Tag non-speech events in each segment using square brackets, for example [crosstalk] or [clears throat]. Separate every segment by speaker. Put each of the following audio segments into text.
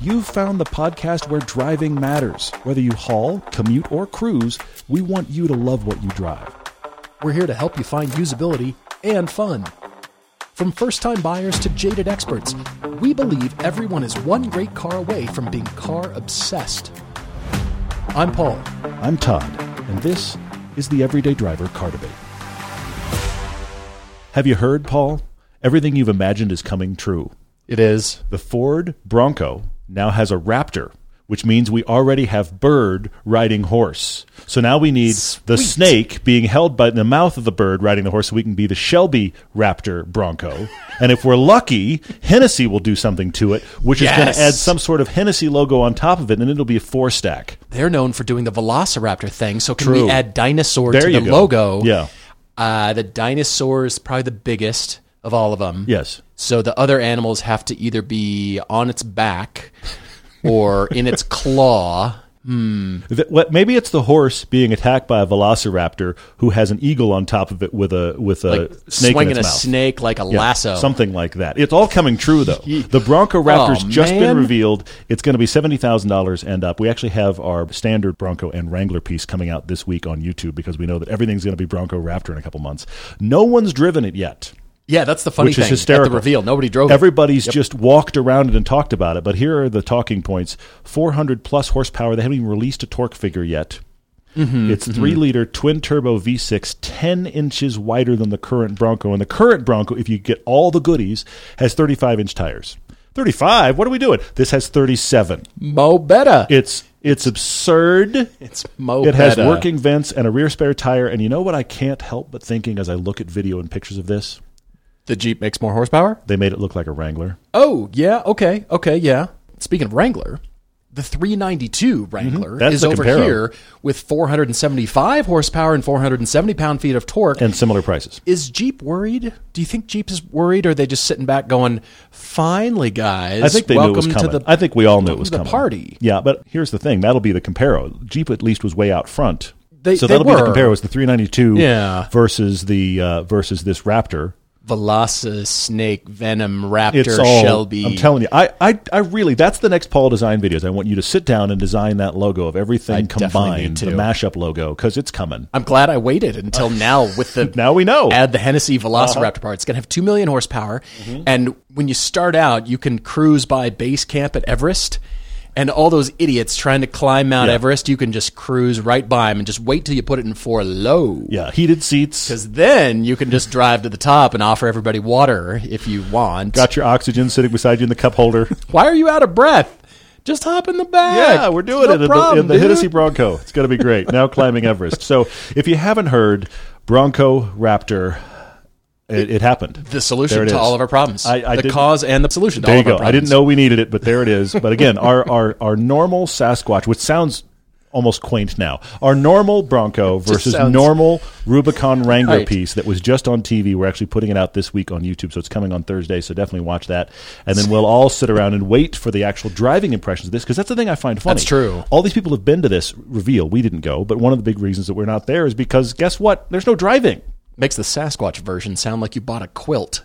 Speaker 1: You've found the podcast where driving matters. Whether you haul, commute, or cruise, we want you to love what you drive.
Speaker 2: We're here to help you find usability and fun. From first time buyers to jaded experts, we believe everyone is one great car away from being car obsessed. I'm Paul.
Speaker 1: I'm Todd, and this is the Everyday Driver Car Debate. Have you heard, Paul? Everything you've imagined is coming true.
Speaker 2: It is.
Speaker 1: The Ford Bronco now has a Raptor, which means we already have Bird riding horse. So now we need the
Speaker 2: Sweet.
Speaker 1: snake being held by the mouth of the bird riding the horse so we can be the Shelby Raptor Bronco. and if we're lucky, Hennessy will do something to it, which is going
Speaker 2: Yes.
Speaker 1: to add some sort of Hennessy logo on top of it, and it'll be a four stack.
Speaker 2: They're known for doing the Velociraptor thing, so can
Speaker 1: True.
Speaker 2: we add dinosaur
Speaker 1: There
Speaker 2: to
Speaker 1: you
Speaker 2: the
Speaker 1: go.
Speaker 2: logo?
Speaker 1: Yeah.
Speaker 2: Uh, the dinosaur is probably the biggest of all of them.
Speaker 1: Yes.
Speaker 2: So the other animals have to either be on its back or
Speaker 1: [laughs]
Speaker 2: in its claw.
Speaker 1: Th- what- Maybe it's the horse being attacked by a velociraptor who has an eagle on top of it with a with a snake
Speaker 2: swinging
Speaker 1: in
Speaker 2: a
Speaker 1: its mouth.
Speaker 2: snake like a lasso.
Speaker 1: Something like that. It's all coming true, though. The Bronco Raptor's
Speaker 2: Oh,
Speaker 1: just
Speaker 2: man.
Speaker 1: been revealed. It's going to be $70,000 and up. We actually have our standard Bronco and Wrangler piece coming out this week on YouTube because we know that everything's going to be Bronco Raptor in a couple months. No one's driven it yet.
Speaker 2: Yeah, that's the funny
Speaker 1: Which is
Speaker 2: thing. At
Speaker 1: hysterical.
Speaker 2: the reveal, nobody drove it.
Speaker 1: Everybody's just walked around it and talked about it. But here are the talking points 400 plus horsepower. They haven't even released a torque figure yet. it's 3 liter twin turbo V6, 10 inches wider than the current Bronco. And the current Bronco, if you get all the goodies, has 35 inch tires. 35? What are we doing? This has 37.
Speaker 2: Mo Betta.
Speaker 1: It's it's absurd.
Speaker 2: It's Mo
Speaker 1: It has
Speaker 2: Betta.
Speaker 1: working vents and a rear spare tire. And you know what I can't help but thinking as I look at video and pictures of this?
Speaker 2: The Jeep makes more horsepower?
Speaker 1: They made it look like a Wrangler.
Speaker 2: Oh, yeah. Okay. Okay. Yeah. Speaking of Wrangler, the 392 Wrangler
Speaker 1: That's
Speaker 2: is
Speaker 1: the
Speaker 2: over
Speaker 1: Comparo.
Speaker 2: here with 475 horsepower and 470 pound feet of torque.
Speaker 1: And similar prices.
Speaker 2: is Jeep worried? Do you think Jeep is worried? Or are they just sitting back going, finally, guys?
Speaker 1: I think they
Speaker 2: welcome
Speaker 1: knew it was coming.
Speaker 2: to the
Speaker 1: I think we all knew it was
Speaker 2: to the
Speaker 1: coming.
Speaker 2: party.
Speaker 1: Yeah, but here's the thing. That'll be the Comparo. Jeep at least was way out front.
Speaker 2: They-
Speaker 1: so
Speaker 2: they
Speaker 1: that'll be the
Speaker 2: were.
Speaker 1: Comparo. It's the 392
Speaker 2: Yeah.
Speaker 1: versus the uh, versus this Raptor.
Speaker 2: Velocis, Snake, Venom,
Speaker 1: It's
Speaker 2: Raptor,
Speaker 1: all
Speaker 2: Shelby.
Speaker 1: I'm telling you. I, I I really that's the next Paul design videos. I want you to sit down and design that logo of everything
Speaker 2: definitely
Speaker 1: combined,
Speaker 2: need
Speaker 1: the
Speaker 2: to.
Speaker 1: mashup logo cuz it's coming.
Speaker 2: I'm glad I waited until now with the
Speaker 1: Uh, [laughs] Now we know. Uh-huh.
Speaker 2: add the Hennessy Velociraptor part. It's going to have 2 million horsepower.
Speaker 1: Mm-hmm.
Speaker 2: And when you start out, you can cruise by base camp at Everest. And all those idiots trying to climb Mount
Speaker 1: Yeah.
Speaker 2: Everest, you can just cruise right by them and just wait till you put it in for low.
Speaker 1: yeah, heated seats.
Speaker 2: Because then you can just drive to the top and offer everybody water if you want.
Speaker 1: Got your oxygen sitting beside you in the cup holder.
Speaker 2: Why are you out of breath? Just hop in the back.
Speaker 1: Yeah, we're doing
Speaker 2: No
Speaker 1: it in,
Speaker 2: problem,
Speaker 1: the, in the
Speaker 2: dude.
Speaker 1: Hennessy Bronco. It's going to be great. now climbing Everest. So if you haven't heard, Bronco Raptor, it, it happened.
Speaker 2: The solution
Speaker 1: There
Speaker 2: to
Speaker 1: it is.
Speaker 2: all of our problems.
Speaker 1: I- I
Speaker 2: the
Speaker 1: didn't-
Speaker 2: cause and the solution to
Speaker 1: There
Speaker 2: all
Speaker 1: you
Speaker 2: of our
Speaker 1: go. I
Speaker 2: problems.
Speaker 1: didn't know we needed it, but there it is. But
Speaker 2: [laughs]
Speaker 1: again, our, our, our normal Sasquatch, which sounds almost quaint now, our normal Bronco versus
Speaker 2: sounds-
Speaker 1: normal Rubicon Wrangler
Speaker 2: Right.
Speaker 1: piece that was just on TV. We're actually putting it out this week on YouTube, so it's coming on Thursday, so definitely watch that. And then we'll all sit around and wait for the actual driving impressions of this, because that's the thing I find funny.
Speaker 2: That's true.
Speaker 1: All these people have been to this reveal. We didn't go, but one of the big reasons that we're not there is because guess what? There's no driving.
Speaker 2: Makes the Sasquatch version sound like you bought a quilt.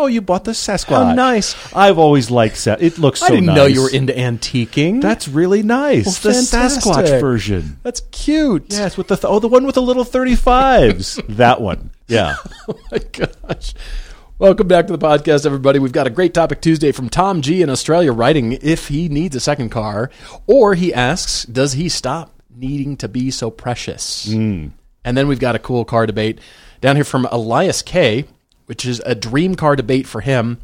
Speaker 1: Oh, you bought the Sasquatch.
Speaker 2: How nice.
Speaker 1: I've always liked Sasquatch. It looks so
Speaker 2: I didn't
Speaker 1: nice.
Speaker 2: know you were into antiquing.
Speaker 1: That's really nice.
Speaker 2: Well,
Speaker 1: the Sasquatch
Speaker 2: fantastic.
Speaker 1: version.
Speaker 2: that's cute.
Speaker 1: Yes, with the th- oh, the one with the little thirty fives. that one. Yeah.
Speaker 2: [laughs] Oh my gosh. Welcome back to the podcast, everybody. We've got a great topic Tuesday from Tom G in Australia writing if he needs a second car, or he asks, does he stop needing to be so precious?
Speaker 1: Hmm.
Speaker 2: And then we've got a cool car debate down here from Elias K, which is a dream car debate for him.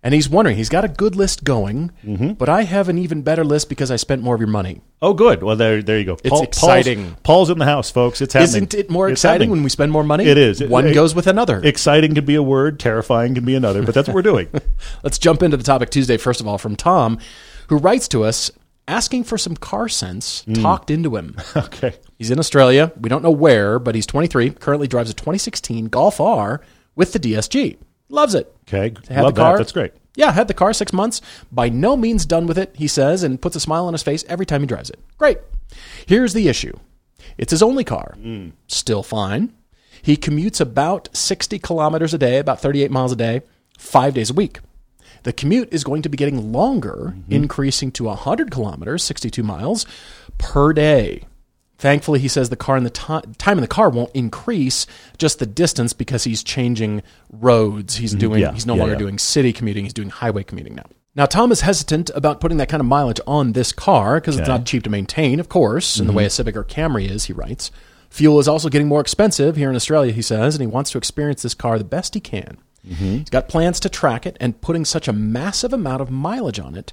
Speaker 2: And he's wondering, he's got a good list going,
Speaker 1: Mm-hmm.
Speaker 2: but I have an even better list because I spent more of your money.
Speaker 1: Oh, good. Well, there, there you go. It's
Speaker 2: exciting.
Speaker 1: Paul's, in the house, folks. It's happening.
Speaker 2: Isn't it more
Speaker 1: It's
Speaker 2: exciting
Speaker 1: happening.
Speaker 2: when we spend more money?
Speaker 1: It is. It-
Speaker 2: One
Speaker 1: it-
Speaker 2: goes with another.
Speaker 1: Exciting can be a word. Terrifying can be another. But that's what we're
Speaker 2: [laughs]
Speaker 1: doing. [laughs]
Speaker 2: Let's jump into the topic Tuesday, first of all, from Tom, who writes to us asking for some car sense
Speaker 1: Hmm.
Speaker 2: talked into him.
Speaker 1: okay.
Speaker 2: he's in Australia. We don't know where, but he's 23, currently drives a 2016 Golf R with the DSG. Loves it.
Speaker 1: Okay.
Speaker 2: Had
Speaker 1: Love
Speaker 2: the car.
Speaker 1: that. That's great.
Speaker 2: Yeah, had the car six months. By no means done with it, he says, and puts a smile on his face every time he drives it. Great. Here's the issue it's his only car. Still fine. He commutes about 60 kilometers a day, about 38 miles a day, five days a week. The commute is going to be getting longer,
Speaker 1: Mm-hmm.
Speaker 2: increasing to 100 kilometers, 62 miles per day. Thankfully, he says the car and the ti- time in the car won't increase, just the distance because he's changing roads. He's doing
Speaker 1: Mm-hmm. Yeah.
Speaker 2: he's no
Speaker 1: Yeah,
Speaker 2: longer
Speaker 1: yeah.
Speaker 2: doing city commuting, he's doing highway commuting now. Now, Tom is hesitant about putting that kind of mileage on this car because it's
Speaker 1: Okay. Mm-hmm.
Speaker 2: not cheap to maintain, of course, in the way a Civic or Camry is, he writes. Fuel is also getting more expensive here in Australia, he says, and he wants to experience this car the best he can.
Speaker 1: Mm-hmm.
Speaker 2: He's got plans to track it, and putting such a massive amount of mileage on it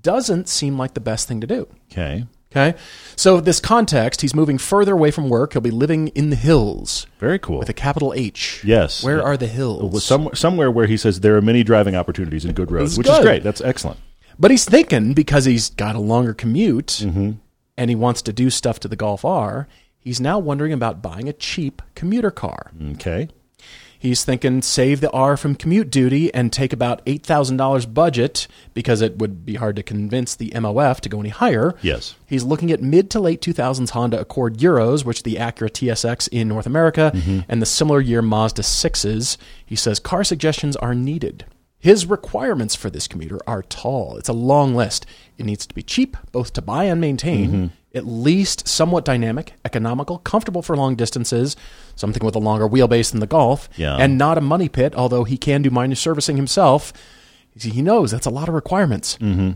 Speaker 2: doesn't seem like the best thing to do.
Speaker 1: Okay.
Speaker 2: Okay? So, this context, he's moving further away from work. He'll be living in the hills
Speaker 1: Very cool.
Speaker 2: with a capital H.
Speaker 1: Yes.
Speaker 2: Where
Speaker 1: Yeah.
Speaker 2: are the hills?
Speaker 1: Well, some, somewhere where he says there are many driving opportunities in good roads,
Speaker 2: is
Speaker 1: which is
Speaker 2: good.
Speaker 1: great. That's excellent.
Speaker 2: But he's thinking because he's got a longer commute and he wants to do stuff to the Golf R, he's now wondering about buying a cheap commuter car.
Speaker 1: Okay.
Speaker 2: He's thinking save the R from commute duty and take about $8,000 budget because it would be hard to convince the MOF to go any higher.
Speaker 1: Yes.
Speaker 2: He's looking at mid to late 2000s Honda Accord Euros, which the Acura TSX in North America, and the similar year Mazda 6s. He says car suggestions are needed. His requirements for this commuter are tall. It's a long list. It needs to be cheap, both to buy and maintain, at least somewhat dynamic, economical, comfortable for long distances, something with a longer wheelbase than the Golf,
Speaker 1: Yeah.
Speaker 2: and not a money pit, although he can do minor servicing himself. He knows that's a lot of requirements.
Speaker 1: Mm-hmm.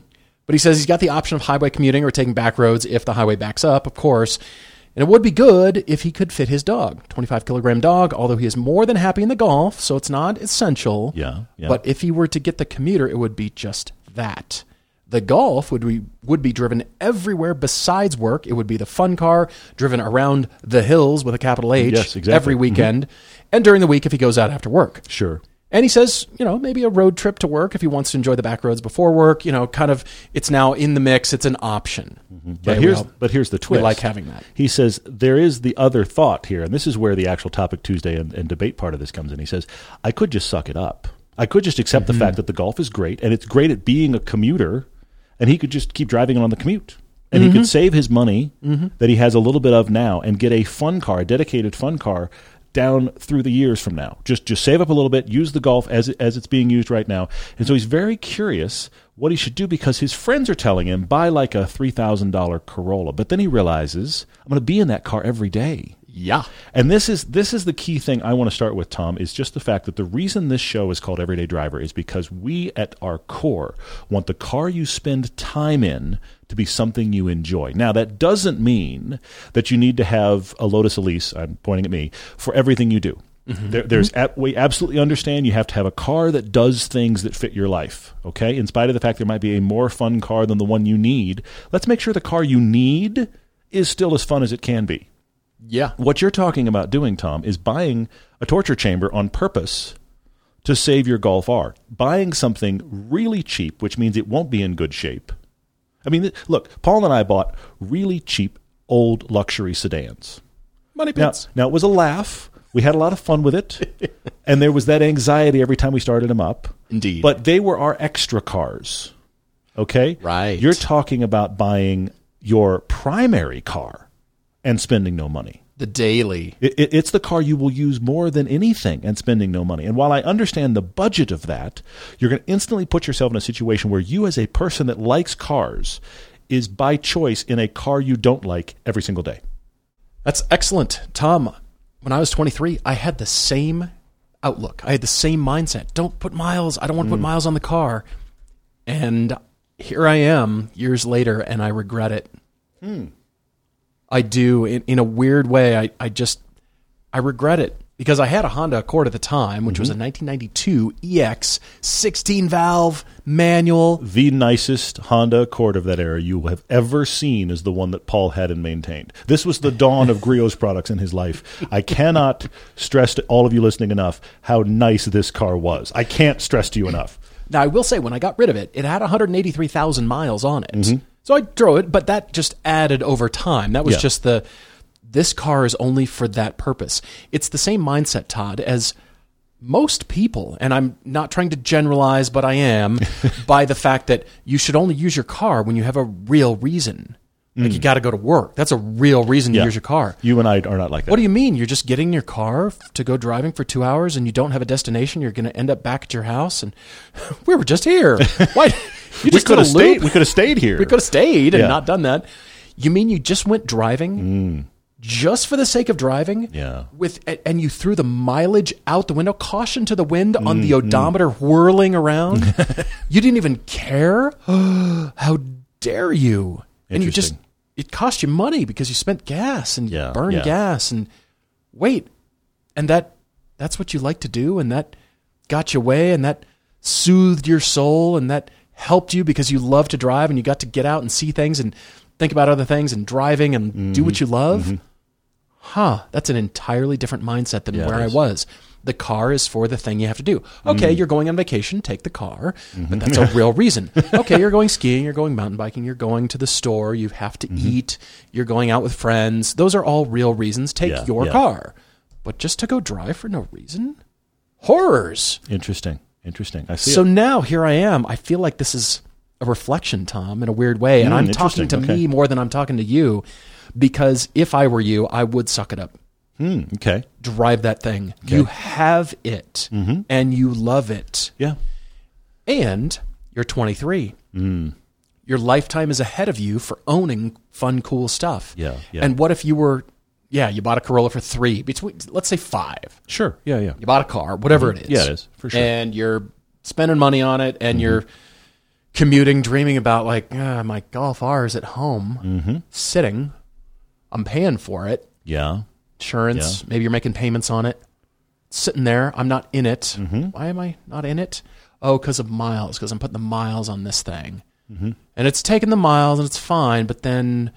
Speaker 2: But he says he's got the option of highway commuting or taking back roads if the highway backs up, of course. And it would be good if he could fit his dog, 25 kilogram dog, although he is more than happy in the golf, so it's not essential.
Speaker 1: Yeah, yeah.
Speaker 2: But if he were to get the commuter, it would be just that. The golf would be, would be driven everywhere besides work. It would be the fun car driven around the hills with a capital H
Speaker 1: Yes, exactly.
Speaker 2: every weekend and during the week if he goes out after work.
Speaker 1: Sure.
Speaker 2: And he says, you know, maybe a road trip to work if he wants to enjoy the back roads before work. You know, kind of, it's now in the mix. It's an option.
Speaker 1: But
Speaker 2: Okay,
Speaker 1: here's
Speaker 2: well,
Speaker 1: but here's the twist.
Speaker 2: like having that.
Speaker 1: He says there is the other thought here, and this is where the actual topic Tuesday and, and debate part of this comes in. He says I could just suck it up. I could just accept
Speaker 2: Mm-hmm.
Speaker 1: the fact that the golf is great and it's great at being a commuter, and he could just keep driving it on the commute. And he
Speaker 2: Mm-hmm.
Speaker 1: could save his money that he has a little bit of now and get a fun car, a dedicated fun car down through the years from now. Just just save up a little bit, use the golf as it, as it's being used right now. And so he's very curious what he should do because his friends are telling him buy like a three thousand dollar Corolla. But then he realizes I'm going to be in that car every day.
Speaker 2: yeah.
Speaker 1: And this is this is the key thing I want to start with, Tom, is just the fact that the reason this show is called Everyday Driver is because we at our core want the car you spend time in to be something you enjoy. Now that doesn't mean that you need to have a Lotus Elise, I'm pointing at me, for everything you do. There, there's ab- we absolutely understand you have to have a car that does things that fit your life. Okay, in spite of the fact there might be a more fun car than the one you need, let's make sure the car you need is still as fun as it can be
Speaker 2: Yeah.
Speaker 1: what you're talking about doing, Tom, is buying a torture chamber on purpose to save your Golf R. Buying something really cheap, which means it won't be in good shape. I mean, th- look, Paul and I bought really cheap old luxury sedans.
Speaker 2: Money
Speaker 1: Now,
Speaker 2: pits.
Speaker 1: now it was a laugh. We had a lot of fun with
Speaker 2: [laughs]
Speaker 1: it, and there was that anxiety every time we started them up.
Speaker 2: Indeed.
Speaker 1: but they were our extra cars. Okay,
Speaker 2: Right.
Speaker 1: You're talking about buying your primary car and spending no money.
Speaker 2: The daily.
Speaker 1: It, it, it's the car you will use more than anything and spending no money. And while I understand the budget of that, you're going to instantly put yourself in a situation where you, as a person that likes cars, is by choice in a car you don't like every single day.
Speaker 2: That's excellent. Tom, when I was 23, I had the same outlook. I had the same mindset. Don't put miles. I don't want to put miles on the car. And here I am years later, and I regret it. I do in, in a weird way. I, I just, I regret it because I had a Honda Accord at the time, which was a 1992 EX 16 valve manual.
Speaker 1: The nicest Honda Accord of that era you will have ever seen is the one that Paul had and maintained. This was the dawn of Griot's [laughs] products in his life. I cannot stress to all of you listening enough how nice this car was. I can't stress to you enough.
Speaker 2: Now, I will say when I got rid of it, it had 183,000 miles on it. So I drove it, but that just added over time. That was
Speaker 1: Mm-hmm. Yeah.
Speaker 2: just the, this car is only for that purpose. It's the same mindset, Todd, as most people, and I'm not trying to generalize,
Speaker 1: [laughs]
Speaker 2: but I am, by the fact that you should only use your car when you have a real reason. Like you got to go to work. That's a real reason to
Speaker 1: Mm. Yeah.
Speaker 2: use your car.
Speaker 1: You and I are not like that.
Speaker 2: What do you mean? You're just getting in your car f- to go driving for two hours and you don't have a destination. You're going to end up back at your house, and [laughs] we were
Speaker 1: [laughs]
Speaker 2: just here. Why? You
Speaker 1: we
Speaker 2: just
Speaker 1: could have
Speaker 2: did a loop.
Speaker 1: stayed. We could have stayed here.
Speaker 2: We could have stayed and
Speaker 1: Yeah. Mm.
Speaker 2: not done that. You mean you just went driving just for the sake of driving?
Speaker 1: Yeah.
Speaker 2: With a- and you threw the mileage out the window, caution to the wind on
Speaker 1: Mm,
Speaker 2: the odometer
Speaker 1: [laughs]
Speaker 2: whirling around. you didn't even care. [gasps] How dare you? And you just
Speaker 1: Interesting.
Speaker 2: it cost you money because you spent gas and
Speaker 1: Yeah,
Speaker 2: burned
Speaker 1: yeah.
Speaker 2: gas and wait. And that that's what you like to do and that got you away and that soothed your soul and that helped you because you love to drive and you got to get out and see things and think about other things and driving and do what
Speaker 1: Mm-hmm.
Speaker 2: you love huh, that's an entirely different mindset than where
Speaker 1: it
Speaker 2: I
Speaker 1: is. Mm.
Speaker 2: was. The car is for the thing you have to do. Okay, you're going on vacation, take the car,
Speaker 1: Mm-hmm.
Speaker 2: but that's
Speaker 1: [laughs]
Speaker 2: a real reason. Okay, you're going skiing, you're going mountain biking, you're going to the store, you have to
Speaker 1: Mm-hmm.
Speaker 2: eat, you're going out with friends. Those are all real reasons. Take
Speaker 1: Yeah,
Speaker 2: your
Speaker 1: yeah.
Speaker 2: car. But just to go drive for no reason? Horrors.
Speaker 1: Interesting. Interesting. I see.
Speaker 2: So
Speaker 1: it.
Speaker 2: now here I am. I feel like this is a reflection, Tom, in a weird way. And
Speaker 1: Mm,
Speaker 2: I'm talking
Speaker 1: interesting.
Speaker 2: to
Speaker 1: Okay.
Speaker 2: me more than I'm talking to you because if I were you, I would suck it up
Speaker 1: Hmm, okay.
Speaker 2: drive that thing. You have it
Speaker 1: Mm-hmm.
Speaker 2: and you love it.
Speaker 1: Yeah.
Speaker 2: And you're 23.
Speaker 1: Mm.
Speaker 2: Your lifetime is ahead of you for owning fun, cool stuff.
Speaker 1: Yeah, yeah.
Speaker 2: And what if you were, yeah, you bought a Corolla for three, between, let's say five.
Speaker 1: Sure. Yeah. Yeah.
Speaker 2: You bought a car, whatever it is.
Speaker 1: Mm-hmm. Yeah, it is, for sure. Mm-hmm.
Speaker 2: And you're spending money on it and you're commuting, dreaming about, like, ah, my Golf R is at home,
Speaker 1: Mm-hmm.
Speaker 2: sitting. I'm paying for it
Speaker 1: Yeah.
Speaker 2: insurance. Maybe you're making payments on it. It's sitting there, I'm not in it.
Speaker 1: Mm-hmm.
Speaker 2: Why am I not in it? Oh, because of miles. Because I'm putting the miles on this thing,
Speaker 1: Mm-hmm.
Speaker 2: and it's taking the miles, and it's fine. But then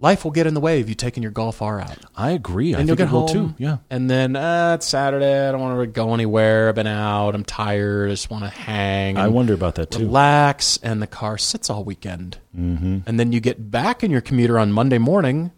Speaker 2: life will get in the way of you taking your golf R out,
Speaker 1: I agree. I
Speaker 2: and you'll
Speaker 1: think
Speaker 2: get
Speaker 1: it will
Speaker 2: home
Speaker 1: too. Yeah.
Speaker 2: And then uh, it's Saturday. I don't want to go anywhere. I've been out. I'm tired. I just want to hang.
Speaker 1: I
Speaker 2: and
Speaker 1: wonder about that too.
Speaker 2: Relax, and the car sits all weekend. Mm-hmm. And then you get back in your commuter on Monday morning,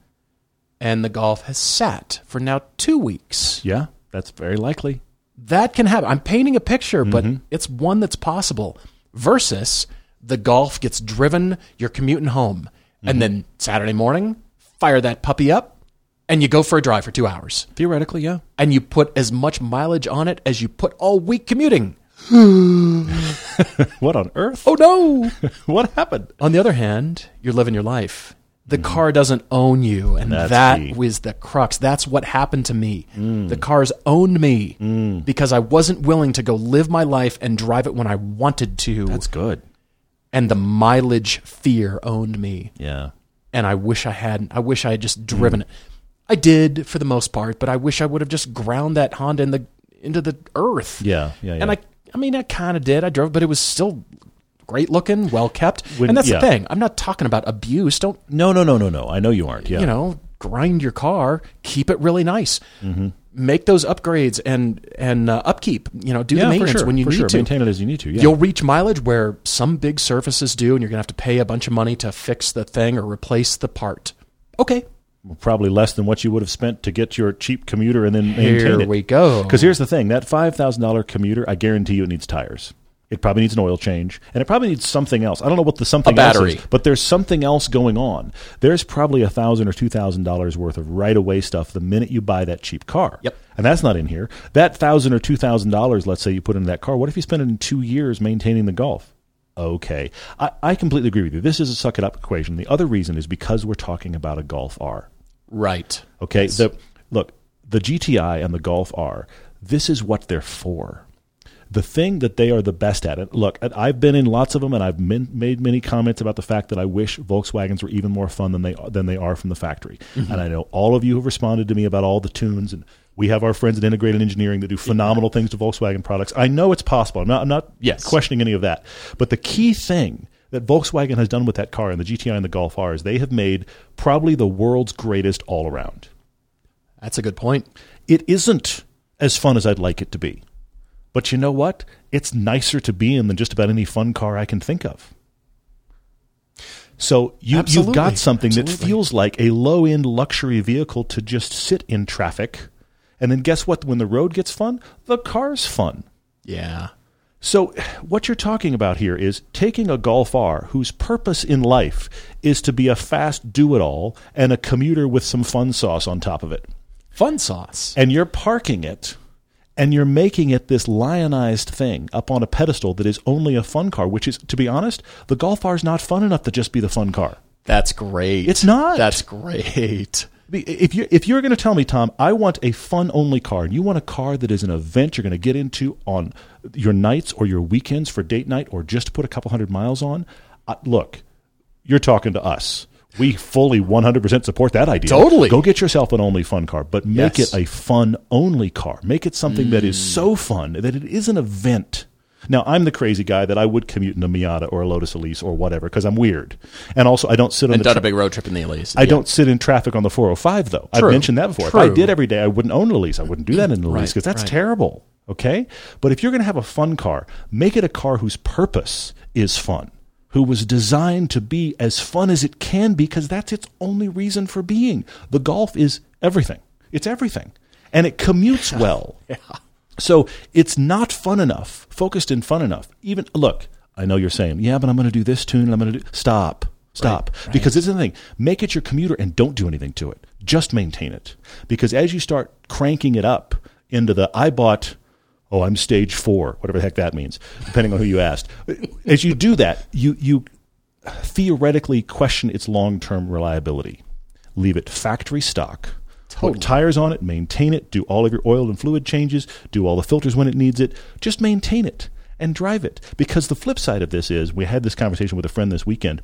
Speaker 2: and the golf has sat for now two weeks.
Speaker 1: Yeah. That's very likely.
Speaker 2: That can happen. I'm painting a picture, but it's one that's possible versus the golf gets driven, you're commuting home, and then Saturday morning, fire that puppy up, and you go for a drive for two hours.
Speaker 1: Theoretically, yeah.
Speaker 2: And you put as much mileage on it as you put all week commuting.
Speaker 1: What on earth? [laughs]
Speaker 2: Oh no!
Speaker 1: What happened?
Speaker 2: On the other hand, you're living your life. The car doesn't own you, and
Speaker 1: Mm-hmm. That's
Speaker 2: that
Speaker 1: key. Mm.
Speaker 2: was the crux. That's what happened to me. The cars owned me because I wasn't willing to go live my life and drive it when I wanted to,
Speaker 1: That's good.
Speaker 2: and the mileage fear owned me.
Speaker 1: Yeah.
Speaker 2: And I wish I hadn't. I wish I had just
Speaker 1: Mm-hmm.
Speaker 2: driven it. I did for the most part, but I wish I would have just ground that Honda in the into the earth.
Speaker 1: Yeah. Yeah. yeah.
Speaker 2: And I, I mean, I kind of did. I drove, but it was still great looking, well kept.
Speaker 1: When-
Speaker 2: and that's
Speaker 1: yeah.
Speaker 2: the thing. I'm not talking about abuse. Don't
Speaker 1: No. No. No. No. No. I know you aren't. Yeah.
Speaker 2: you know grind your car. Keep it really nice.
Speaker 1: Mm-hmm.
Speaker 2: Make those upgrades and and uh, upkeep. You know, do
Speaker 1: yeah.
Speaker 2: the
Speaker 1: for
Speaker 2: maintenance
Speaker 1: sure.
Speaker 2: when you
Speaker 1: for
Speaker 2: need
Speaker 1: sure.
Speaker 2: to.
Speaker 1: Maintain it as you need to. Yeah.
Speaker 2: You'll reach mileage where some big surfaces do, and you're gonna have to pay a bunch of money to fix the thing or replace the part. Okay,
Speaker 1: Probably less than what you would have spent to get your cheap commuter and then maintain it.
Speaker 2: here we go.
Speaker 1: Because here's the thing: that five thousand dollar commuter, I guarantee you, it needs tires. It probably needs an oil change, and it probably needs something else. I don't know what the something
Speaker 2: battery.
Speaker 1: else is, but there's something else going on. There's probably a thousand or two thousand dollars worth of right away stuff the minute you buy that cheap car.
Speaker 2: Yep.
Speaker 1: and that's not in here. That thousand or two thousand dollars, let's say you put into that car. What if you spend it in two years maintaining the Golf? Okay, I, I completely agree with you. This is a suck it up equation. The other reason is because we're talking about a Golf R.
Speaker 2: right.
Speaker 1: Okay. The look, the GTI and the Golf R. This is what they're for. The thing that they are the best at. And look, and I've been in lots of them, and I've min- made many comments about the fact that I wish Volkswagens were even more fun than they than they are from the factory. And I know all of you have responded to me about all the tunes and. We have our friends at Integrated Engineering that do phenomenal things to Volkswagen products. I know it's possible. I'm not, I'm not
Speaker 2: Yes.
Speaker 1: questioning any of that. But the key thing that Volkswagen has done with that car and the GTI and the Golf R is they have made probably the world's greatest all around
Speaker 2: That's a good point.
Speaker 1: it isn't as fun as I'd like it to be. But you know what? It's nicer to be in than just about any fun car I can think of. So you, you've
Speaker 2: Absolutely.
Speaker 1: got something that
Speaker 2: Absolutely.
Speaker 1: feels like a low end luxury vehicle to just sit in traffic. And then guess what? When the road gets fun, the car's fun.
Speaker 2: Yeah.
Speaker 1: So, what you're talking about here is taking a Golf R whose purpose in life is to be a fast do it all and a commuter with some fun sauce on top of it.
Speaker 2: Fun sauce.
Speaker 1: And you're parking it and you're making it this lionized thing up on a pedestal that is only a fun car, which is, to be honest, the Golf R is not fun enough to just be the fun car.
Speaker 2: That's great.
Speaker 1: It's not.
Speaker 2: That's great.
Speaker 1: Be- If you if you're going to tell me, Tom, I want a fun only car, and you want a car that is an event you're going to get into on your nights or your weekends for date night, or just to put a couple hundred miles on, uh, look, you're talking to us. We fully 100% support that idea.
Speaker 2: Totally.
Speaker 1: Go get yourself an only fun car, but make
Speaker 2: Yes. Mm.
Speaker 1: it a fun only car. Make it something that is so fun that it is an event. Now, I'm the crazy guy that I would commute in a Miata or a Lotus Elise or whatever because I'm weird. And also, I don't sit on
Speaker 2: And
Speaker 1: the
Speaker 2: done
Speaker 1: tra-
Speaker 2: a big road trip in the Elise.
Speaker 1: I don't sit in traffic on the 405, though.
Speaker 2: True.
Speaker 1: I've mentioned that before. If I
Speaker 2: True.
Speaker 1: did every day, I wouldn't own a lease. I wouldn't do that in a
Speaker 2: Right,
Speaker 1: lease because that's
Speaker 2: right.
Speaker 1: terrible. Okay? But if you're going to have a fun car, make it a car whose purpose is fun, who was designed to be as fun as it can be because that's its only reason for being. The Golf is everything, it's everything. And it
Speaker 2: [laughs]
Speaker 1: commutes well. So it's not fun enough, focused and fun enough. Even look, I know you're saying, yeah, but I'm going to do this tune and I'm going to do stop, stop, because this is the thing. Make it your commuter and don't do anything to it. Just maintain it, because as you start cranking it up into the I bought. Oh, I'm stage four, whatever the heck that means, depending on who you asked. As you do that, you, you theoretically question its long term reliability. Leave it factory stock. Put tires on it, maintain it, do all of your oil and fluid changes, do all the filters when it needs it. Just maintain it and drive it. Because the flip side of this is, we had this conversation with a friend this weekend.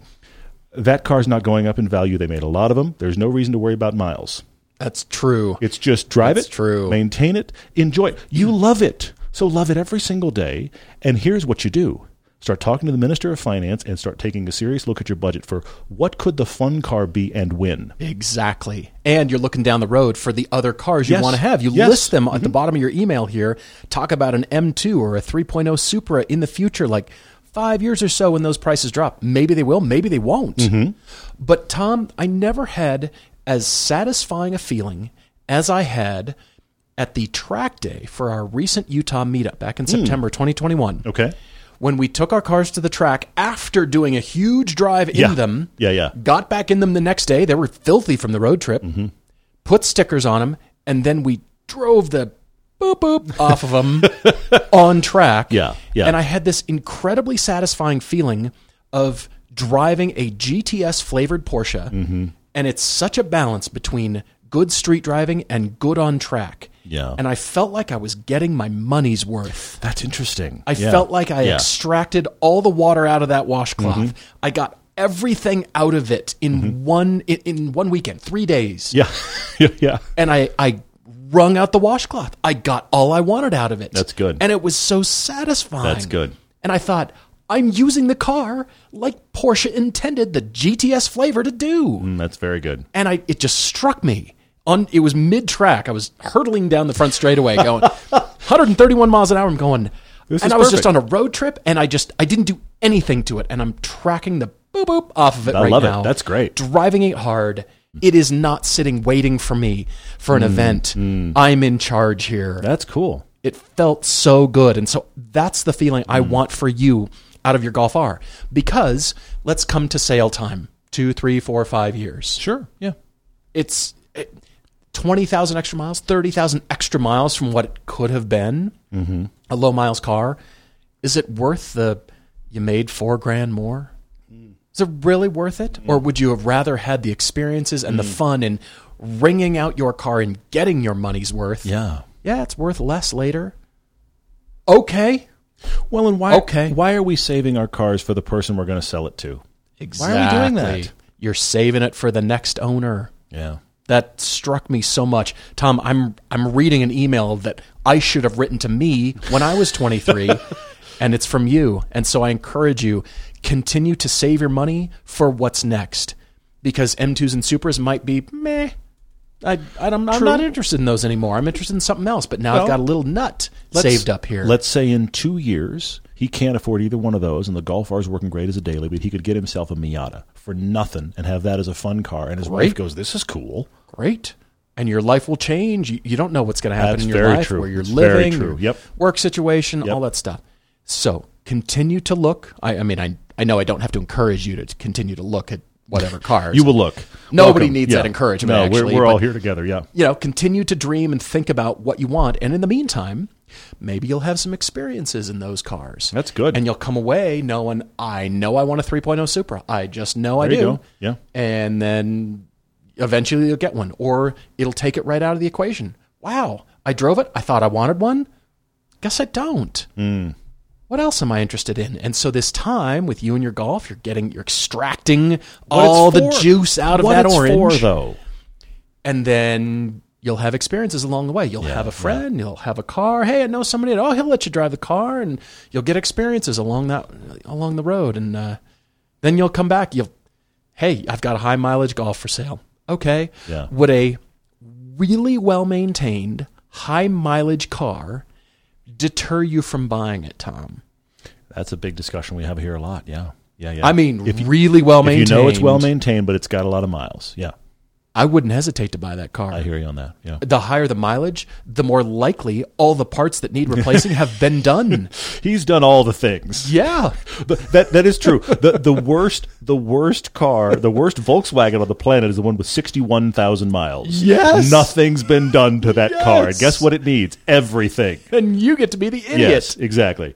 Speaker 1: That car's not going up in value. They made a lot of them. There's no reason to worry about miles.
Speaker 2: That's true.
Speaker 1: It's just drive
Speaker 2: That's
Speaker 1: it,
Speaker 2: true. Hmm.
Speaker 1: maintain it, enjoy it. You love it. So love it every single day. And here's what you do. Start talking to the Minister of Finance and start taking a serious look at your budget for what could the fun car be and when.
Speaker 2: Exactly. And you're looking down the road for the other cars you
Speaker 1: Yes.
Speaker 2: want to have. You
Speaker 1: Yes. Mm-hmm.
Speaker 2: list them at the bottom of your email here. Talk about an M2 or a 3.0 Supra in the future, like five years or so when those prices drop. Maybe they will, maybe they won't.
Speaker 1: Mm-hmm.
Speaker 2: But, Tom, I never had as satisfying a feeling as I had at the track day for our recent Utah meetup back in September 2021.
Speaker 1: Hmm. Okay?
Speaker 2: When we took our cars to the track after doing a huge drive
Speaker 1: Yeah.
Speaker 2: in them
Speaker 1: Yeah, yeah. Mm-hmm.
Speaker 2: got back in them the next day. They were filthy from the road trip. Put stickers on them, and then we drove the boop
Speaker 1: [laughs]
Speaker 2: boop off of them on track.
Speaker 1: Yeah, yeah.
Speaker 2: And I had this incredibly satisfying feeling of driving a GTS flavored Porsche,
Speaker 1: Mm-hmm.
Speaker 2: and it's such a balance between good street driving and good on track.
Speaker 1: Yeah.
Speaker 2: And I felt like I was getting my money's worth.
Speaker 1: That's interesting.
Speaker 2: I felt like I extracted all the water out of that washcloth.
Speaker 1: Mm-hmm.
Speaker 2: I got everything out of it in one in, in one weekend, three
Speaker 1: [laughs]
Speaker 2: days,
Speaker 1: Yeah. yeah, yeah.
Speaker 2: and I I wrung out the washcloth. I got all I wanted out of it.
Speaker 1: That's good.
Speaker 2: and it was so satisfying.
Speaker 1: That's good.
Speaker 2: And I thought. I'm using the car like Porsche intended the GTS flavor to do
Speaker 1: Mm, that's very good.
Speaker 2: and I it just struck me. On it was mid track. I was hurtling down the front
Speaker 1: [laughs]
Speaker 2: straightaway, going 131 miles an hour. I'm going,
Speaker 1: This
Speaker 2: and
Speaker 1: is
Speaker 2: I was
Speaker 1: perfect.
Speaker 2: just on a road trip, and I just I didn't do anything to it, and I'm tracking the boop boop off of it
Speaker 1: I
Speaker 2: right
Speaker 1: love it.
Speaker 2: now.
Speaker 1: That's great.
Speaker 2: Driving it hard. It is not sitting waiting for me for an event.
Speaker 1: Mm-hmm.
Speaker 2: I'm in charge here
Speaker 1: That's cool.
Speaker 2: it felt so good and so that's the feeling i
Speaker 1: Mm.
Speaker 2: want for you out of your golf r because let's come to sale time two three four five years
Speaker 1: Sure. Yeah.
Speaker 2: it's eh, 20000 extra miles 30000 extra miles from what it could have been mm-hmm. a low miles car is it worth the you made four grand more is it really worth it or would you have rather had the experiences and the fun and wringing out your car and getting your money's worth
Speaker 1: Yeah.
Speaker 2: yeah, it's worth less later. Okay.
Speaker 1: Well, and why
Speaker 2: Okay.
Speaker 1: why are we saving our cars for the person we're going to sell it to?
Speaker 2: Exactly.
Speaker 1: are we doing that?
Speaker 2: You're saving it for the next owner.
Speaker 1: Yeah.
Speaker 2: That struck me so much. Tom, I'm I'm reading an email that I should have written to me when I
Speaker 1: [laughs]
Speaker 2: was 23 and it's from you. And so I encourage you continue to save your money for what's next because M2s and Supras might be meh. I, I am I'm not interested in those anymore. I'm interested in something else, but now I've
Speaker 1: Well,
Speaker 2: got a little nut
Speaker 1: Let's-
Speaker 2: saved up here.
Speaker 1: Let's say in two years he can't afford either one of those, and the Golf R is working great as a daily, but he could get himself a Miata for nothing and have that as a fun car. And his wife
Speaker 2: Great.
Speaker 1: goes, "This is cool."
Speaker 2: great and your life will change you, you don't know what's going to happen
Speaker 1: That's
Speaker 2: in your
Speaker 1: very
Speaker 2: life
Speaker 1: true.
Speaker 2: where you're
Speaker 1: It's very
Speaker 2: living
Speaker 1: true.
Speaker 2: your
Speaker 1: Yep.
Speaker 2: work situation all that stuff So continue to look. I, I mean, I, I know I don't have to encourage you to continue to look at
Speaker 1: [laughs]
Speaker 2: whatever cars.
Speaker 1: You will look.
Speaker 2: Nobody
Speaker 1: Welcome.
Speaker 2: needs
Speaker 1: Yeah.
Speaker 2: that encouragement.
Speaker 1: No,
Speaker 2: actually,
Speaker 1: we're, we're
Speaker 2: but-
Speaker 1: all here together. Yeah.
Speaker 2: you know, continue to dream and think about what you want. And in the meantime, maybe you'll have some experiences in those cars.
Speaker 1: That's good.
Speaker 2: And you'll come away knowing, I know I want a 3.0 Supra. I just know I
Speaker 1: There
Speaker 2: do.
Speaker 1: you go. Yeah.
Speaker 2: And then eventually you'll get one, or it'll take it right out of the equation. Wow, I drove it. I thought I wanted one. Guess I don't.
Speaker 1: Hmm.
Speaker 2: What else am I interested in? And so this time with you and your golf, you're getting, you're extracting
Speaker 1: What it's
Speaker 2: all the
Speaker 1: for-
Speaker 2: juice out of
Speaker 1: what
Speaker 2: that
Speaker 1: it's
Speaker 2: orange
Speaker 1: For, though.
Speaker 2: and then you'll have experiences along the way. You'll have a friend, you'll have a car. Hey, I know somebody. that- Oh, he'll let you drive the car, and you'll get experiences along that along the road. And uh, then you'll come back. You'll, hey, I've got a high mileage golf for sale. Okay,
Speaker 1: Yeah.
Speaker 2: would a really well maintained high mileage car deter you from buying it, Tom?
Speaker 1: That's a big discussion we have here a lot. Yeah. Yeah. Yeah.
Speaker 2: I mean, really well
Speaker 1: if you
Speaker 2: maintained.
Speaker 1: know it's well maintained, but it's got a lot of miles. Yeah.
Speaker 2: I wouldn't hesitate to buy that car.
Speaker 1: I hear you on that. Yeah.
Speaker 2: the higher the mileage, the more likely all the parts that need replacing have been done.
Speaker 1: He's done all the things.
Speaker 2: Yeah.
Speaker 1: But that that is true. the The worst the worst car, the worst Volkswagen on the planet is the one with sixty one thousand miles.
Speaker 2: Yes.
Speaker 1: nothing's been done to that car. And
Speaker 2: Yes.
Speaker 1: Guess what? It needs everything.
Speaker 2: And you get to be the idiot.
Speaker 1: Yes, exactly.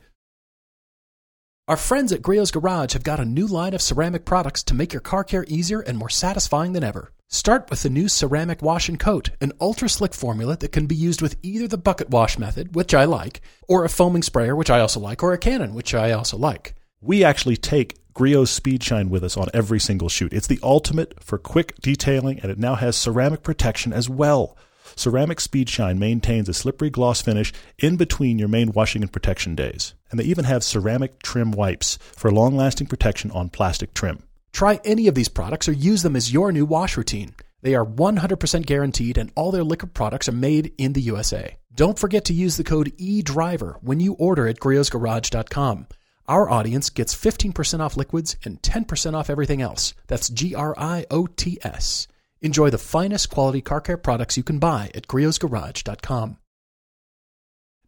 Speaker 2: Our friends at Griot's Garage have got a new line of ceramic products to make your car care easier and more satisfying than ever. Start with the new ceramic wash and coat, an ultra slick formula that can be used with either the bucket wash method, which I like, or a foaming sprayer, which I also like, or a cannon, which I also like.
Speaker 1: We actually take Griot's Speed Shine with us on every single shoot. It's the ultimate for quick detailing, and it now has ceramic protection as well. Ceramic Speed Shine maintains a slippery gloss finish in between your main washing and protection days. And they even have ceramic trim wipes for long lasting protection on plastic trim.
Speaker 2: Try any of these products or use them as your new wash routine. They are 100% guaranteed and all their liquid products are made in the USA. Don't forget to use the code EDRIVER when you order at griotsgarage.com. Our audience gets 15% off liquids and 10% off everything else. That's G R I O T S. Enjoy the finest quality car care products you can buy at griotsgarage.com.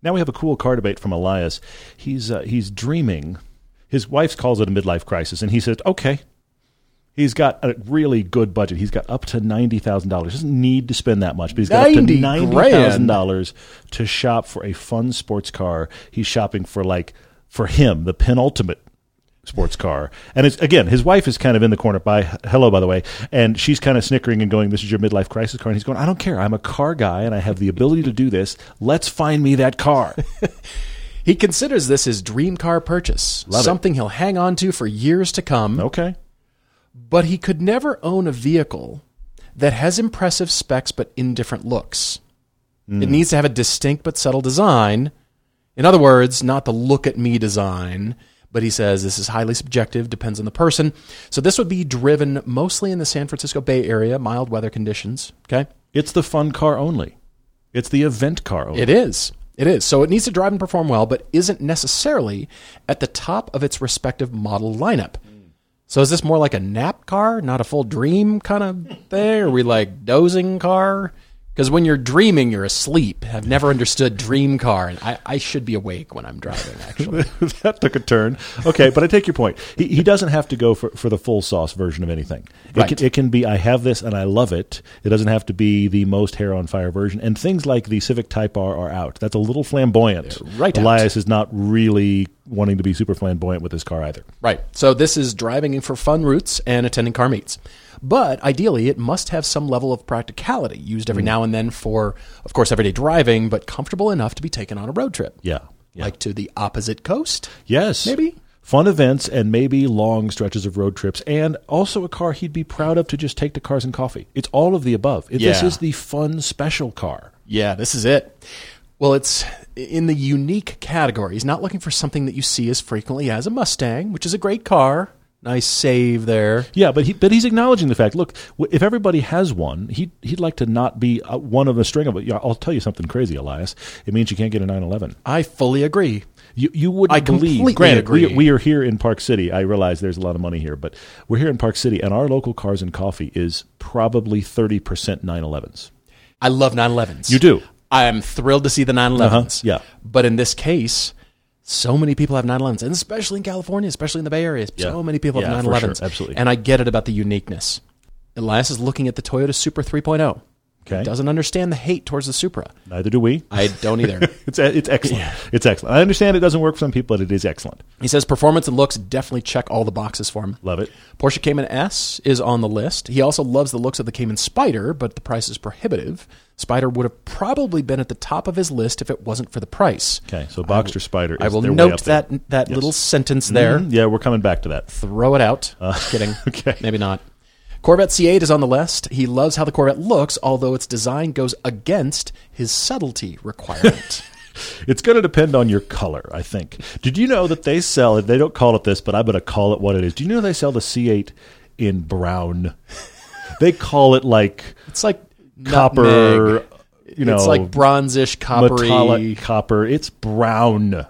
Speaker 1: Now we have a cool car debate from Elias. He's uh, he's dreaming. His wife calls it a midlife crisis, and he says, "Okay." He's got a really good budget. He's got up to ninety thousand dollars. Doesn't need to spend that much, but he's got up to
Speaker 2: 90
Speaker 1: ninety thousand
Speaker 2: grand.
Speaker 1: dollars to shop for a fun sports car. He's shopping for like for him the penultimate sports car. And it's again, his wife is kind of in the corner by hello by the way, and she's kind of snickering and going, "This is your midlife crisis car." And he's going, "I don't care. I'm a car guy and I have the ability to do this. Let's find me that car."
Speaker 2: He considers this his dream car purchase,
Speaker 1: Love it.
Speaker 2: something he'll hang on to for years to come.
Speaker 1: Okay.
Speaker 2: but he could never own a vehicle that has impressive specs but indifferent looks. It needs to have a distinct but subtle design. In other words, not the look at me design, but he says this is highly subjective, depends on the person. So this would be driven mostly in the San Francisco Bay Area, mild weather conditions, okay?
Speaker 1: It's the fun car only. It's the event car only.
Speaker 2: It is. It is. So it needs to drive and perform well, but isn't necessarily at the top of its respective model lineup. So is this more like a nap car, not a full dream kind of thing? Are we like dozing car? Because when you're dreaming, you're asleep. I've never understood dream car, and I, I should be awake when I'm driving. Actually,
Speaker 1: [laughs] that took a turn. Okay, but I take your point. He, he doesn't have to go for, for the full sauce version of anything. It,
Speaker 2: Right.
Speaker 1: can, it can be, I have this and I love it. It doesn't have to be the most hair on fire version. And things like the Civic Type R are out. That's a little flamboyant.
Speaker 2: right out.
Speaker 1: Elias is not really wanting to be super flamboyant with this car either.
Speaker 2: right. So this is driving for fun routes and attending car meets. But ideally, it must have some level of practicality, used every now and then for, of course, everyday driving, but comfortable enough to be taken on a road trip.
Speaker 1: Yeah. yeah.
Speaker 2: like to the opposite coast.
Speaker 1: yes.
Speaker 2: Maybe.
Speaker 1: Fun events and maybe long stretches of road trips, and also a car he'd be proud of to just take to cars and coffee. It's all of the above. It- This
Speaker 2: Yeah.
Speaker 1: is the fun special car.
Speaker 2: Yeah, this is it. Well, it's in the unique category. He's not looking for something that you see as frequently as a Mustang, which is a great car. Nice save there.
Speaker 1: Yeah, but he but he's acknowledging the fact. Look, w- if everybody has one, he he'd like to not be uh, one of a string of it. Yeah, I'll tell you something crazy, Elias. It means you can't get a 911.
Speaker 2: I fully agree.
Speaker 1: You you wouldn't
Speaker 2: I completely
Speaker 1: believe. Granted, we-
Speaker 2: agree.
Speaker 1: We, are here in Park City. I realize there's a lot of money here, but we're here in Park City, and our local cars and coffee is probably 30 percent 911s.
Speaker 2: I love 911s.
Speaker 1: You do.
Speaker 2: I am thrilled to see the 911s.
Speaker 1: yeah.
Speaker 2: But in this case, So many people have 911s, and especially in California, especially in the Bay Area,
Speaker 1: Yeah.
Speaker 2: so many people
Speaker 1: Yeah,
Speaker 2: have
Speaker 1: for
Speaker 2: 911s.
Speaker 1: sure. Absolutely.
Speaker 2: And I get it about the uniqueness. Elias is looking at the Toyota Supra 3.0.
Speaker 1: Okay.
Speaker 2: Doesn't understand the hate towards the Supra.
Speaker 1: Neither do we.
Speaker 2: I don't [laughs] either.
Speaker 1: It's uh, it's excellent. It's excellent. I understand it doesn't work for some people, but it is excellent.
Speaker 2: he says performance and looks definitely check all the boxes for him.
Speaker 1: Love it.
Speaker 2: Porsche Cayman S is on the list. He also loves the looks of the Cayman Spider, but the price is prohibitive. Spider would have probably been at the top of his list if it wasn't for the price.
Speaker 1: Okay, so Boxster Spider. Is
Speaker 2: I will
Speaker 1: they're way up
Speaker 2: note
Speaker 1: there.
Speaker 2: that that
Speaker 1: Yes.
Speaker 2: little sentence there.
Speaker 1: Mhm. Yeah, we're coming back to that.
Speaker 2: Throw it out. Just kidding.
Speaker 1: Uh, [laughs] okay.
Speaker 2: Maybe not. Corvette C8 is on the list. He loves how the Corvette looks, although its design goes against his subtlety
Speaker 1: [laughs]
Speaker 2: requirement.
Speaker 1: It's going to depend on your color, I think. Did you know that they sell it? They don't call it this, but I'm going to call it what it is. Do you know they sell the C8 in brown? [laughs] they call it like
Speaker 2: it's like nutmeg.
Speaker 1: copper, you know,
Speaker 2: it's like bronzish, coppery.
Speaker 1: metallic copper. It's brown.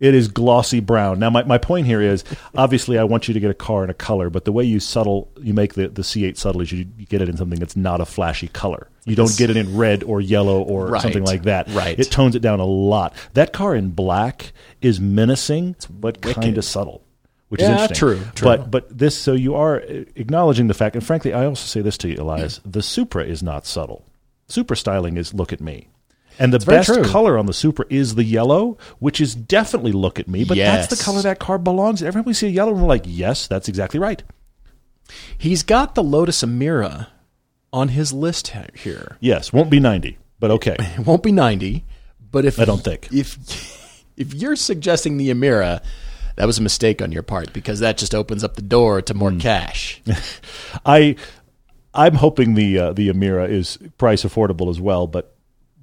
Speaker 1: It is glossy brown. Now, my, my point here is obviously I want you to get a car in a color, but the way you subtle you make the, the C8 subtle is you, you get it in something that's not a flashy color. You don't get it in red or yellow or
Speaker 2: Right.
Speaker 1: something like that.
Speaker 2: Right.
Speaker 1: It tones it down a lot. That car in black is menacing, but kind of subtle, which
Speaker 2: Yeah,
Speaker 1: is interesting.
Speaker 2: true, true.
Speaker 1: But but this so you are uh, acknowledging the fact, and frankly, I also say this to you, Elias: the Supra is not subtle. Supra styling is look at me. And the
Speaker 2: very
Speaker 1: best
Speaker 2: true.
Speaker 1: color on the Supra is the yellow, which is definitely look at me, but that's
Speaker 2: Yes.
Speaker 1: the color that car belongs. in. Every time we see a yellow, we're like, yes, that's exactly right.
Speaker 2: He's got the Lotus Amira on his list he- here.
Speaker 1: Yes, won't be 90, but
Speaker 2: [laughs]
Speaker 1: okay. [laughs]
Speaker 2: It won't be 90, but if
Speaker 1: I don't think.
Speaker 2: if if [laughs] you're suggesting the Amira, that was a mistake on your part because that just opens up the door to
Speaker 1: Hmm.
Speaker 2: more
Speaker 1: [laughs]
Speaker 2: cash.
Speaker 1: I, I'm hoping the, uh, the Amira is price affordable as well, but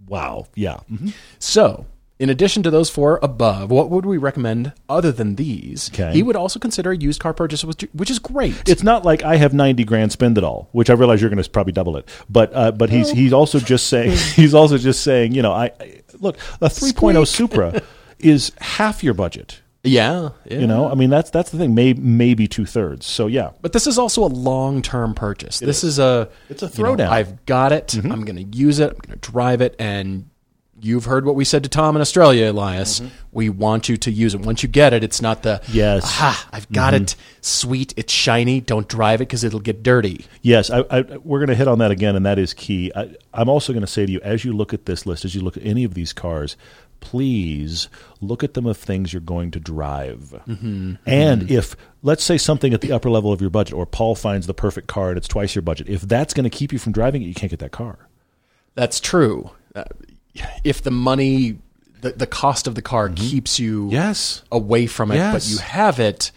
Speaker 1: wow, yeah. Mhm.
Speaker 2: so, in addition to those four above, what would we recommend other than these?
Speaker 1: Okay.
Speaker 2: He would also consider a used car purchase, which which is great.
Speaker 1: It's not like I have 90 grand spend it all, which I realize you're going to probably double it. But, uh, but he's, he's also just saying, [laughs] he's also just saying, you know, I, I look, a 3.0 Supra is half your budget.
Speaker 2: yeah, yeah.
Speaker 1: You know, I mean that's that's the thing. Maybe maybe two thirds. So yeah,
Speaker 2: But this is also a long term purchase. this is. a
Speaker 1: It's a
Speaker 2: you know,
Speaker 1: throwdown. Mm-hmm.
Speaker 2: I've got it. I'm going to use it. I'm going to drive it. And you've heard what we said to Tom in Australia, Elias. We want you to use it. Once you get it, it's not the
Speaker 1: Mm-hmm. Yes. Mm-hmm.
Speaker 2: Aha! I've got it. Sweet. It's shiny. Don't drive it because it'll get dirty.
Speaker 1: yes, I, I, we're going to hit on that again, and that is key. I, I'm also going to say to you, as you look at this list, as you look at any of these cars, please look at them of things you're going to drive, and if let's say something at the upper level of your budget, or Paul finds the perfect car and it's twice your budget, if that's going to keep you from driving it, you can't get that car.
Speaker 2: That's true. Uh, if the money, the, the cost of the car keeps you
Speaker 1: Mm-hmm. Yes,
Speaker 2: away from it, but
Speaker 1: Yes.
Speaker 2: you have it,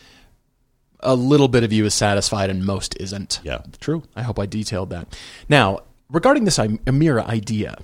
Speaker 2: a little bit of you is satisfied and most isn't.
Speaker 1: yeah, true.
Speaker 2: I hope I detailed that. Now, regarding this Am- Amira idea,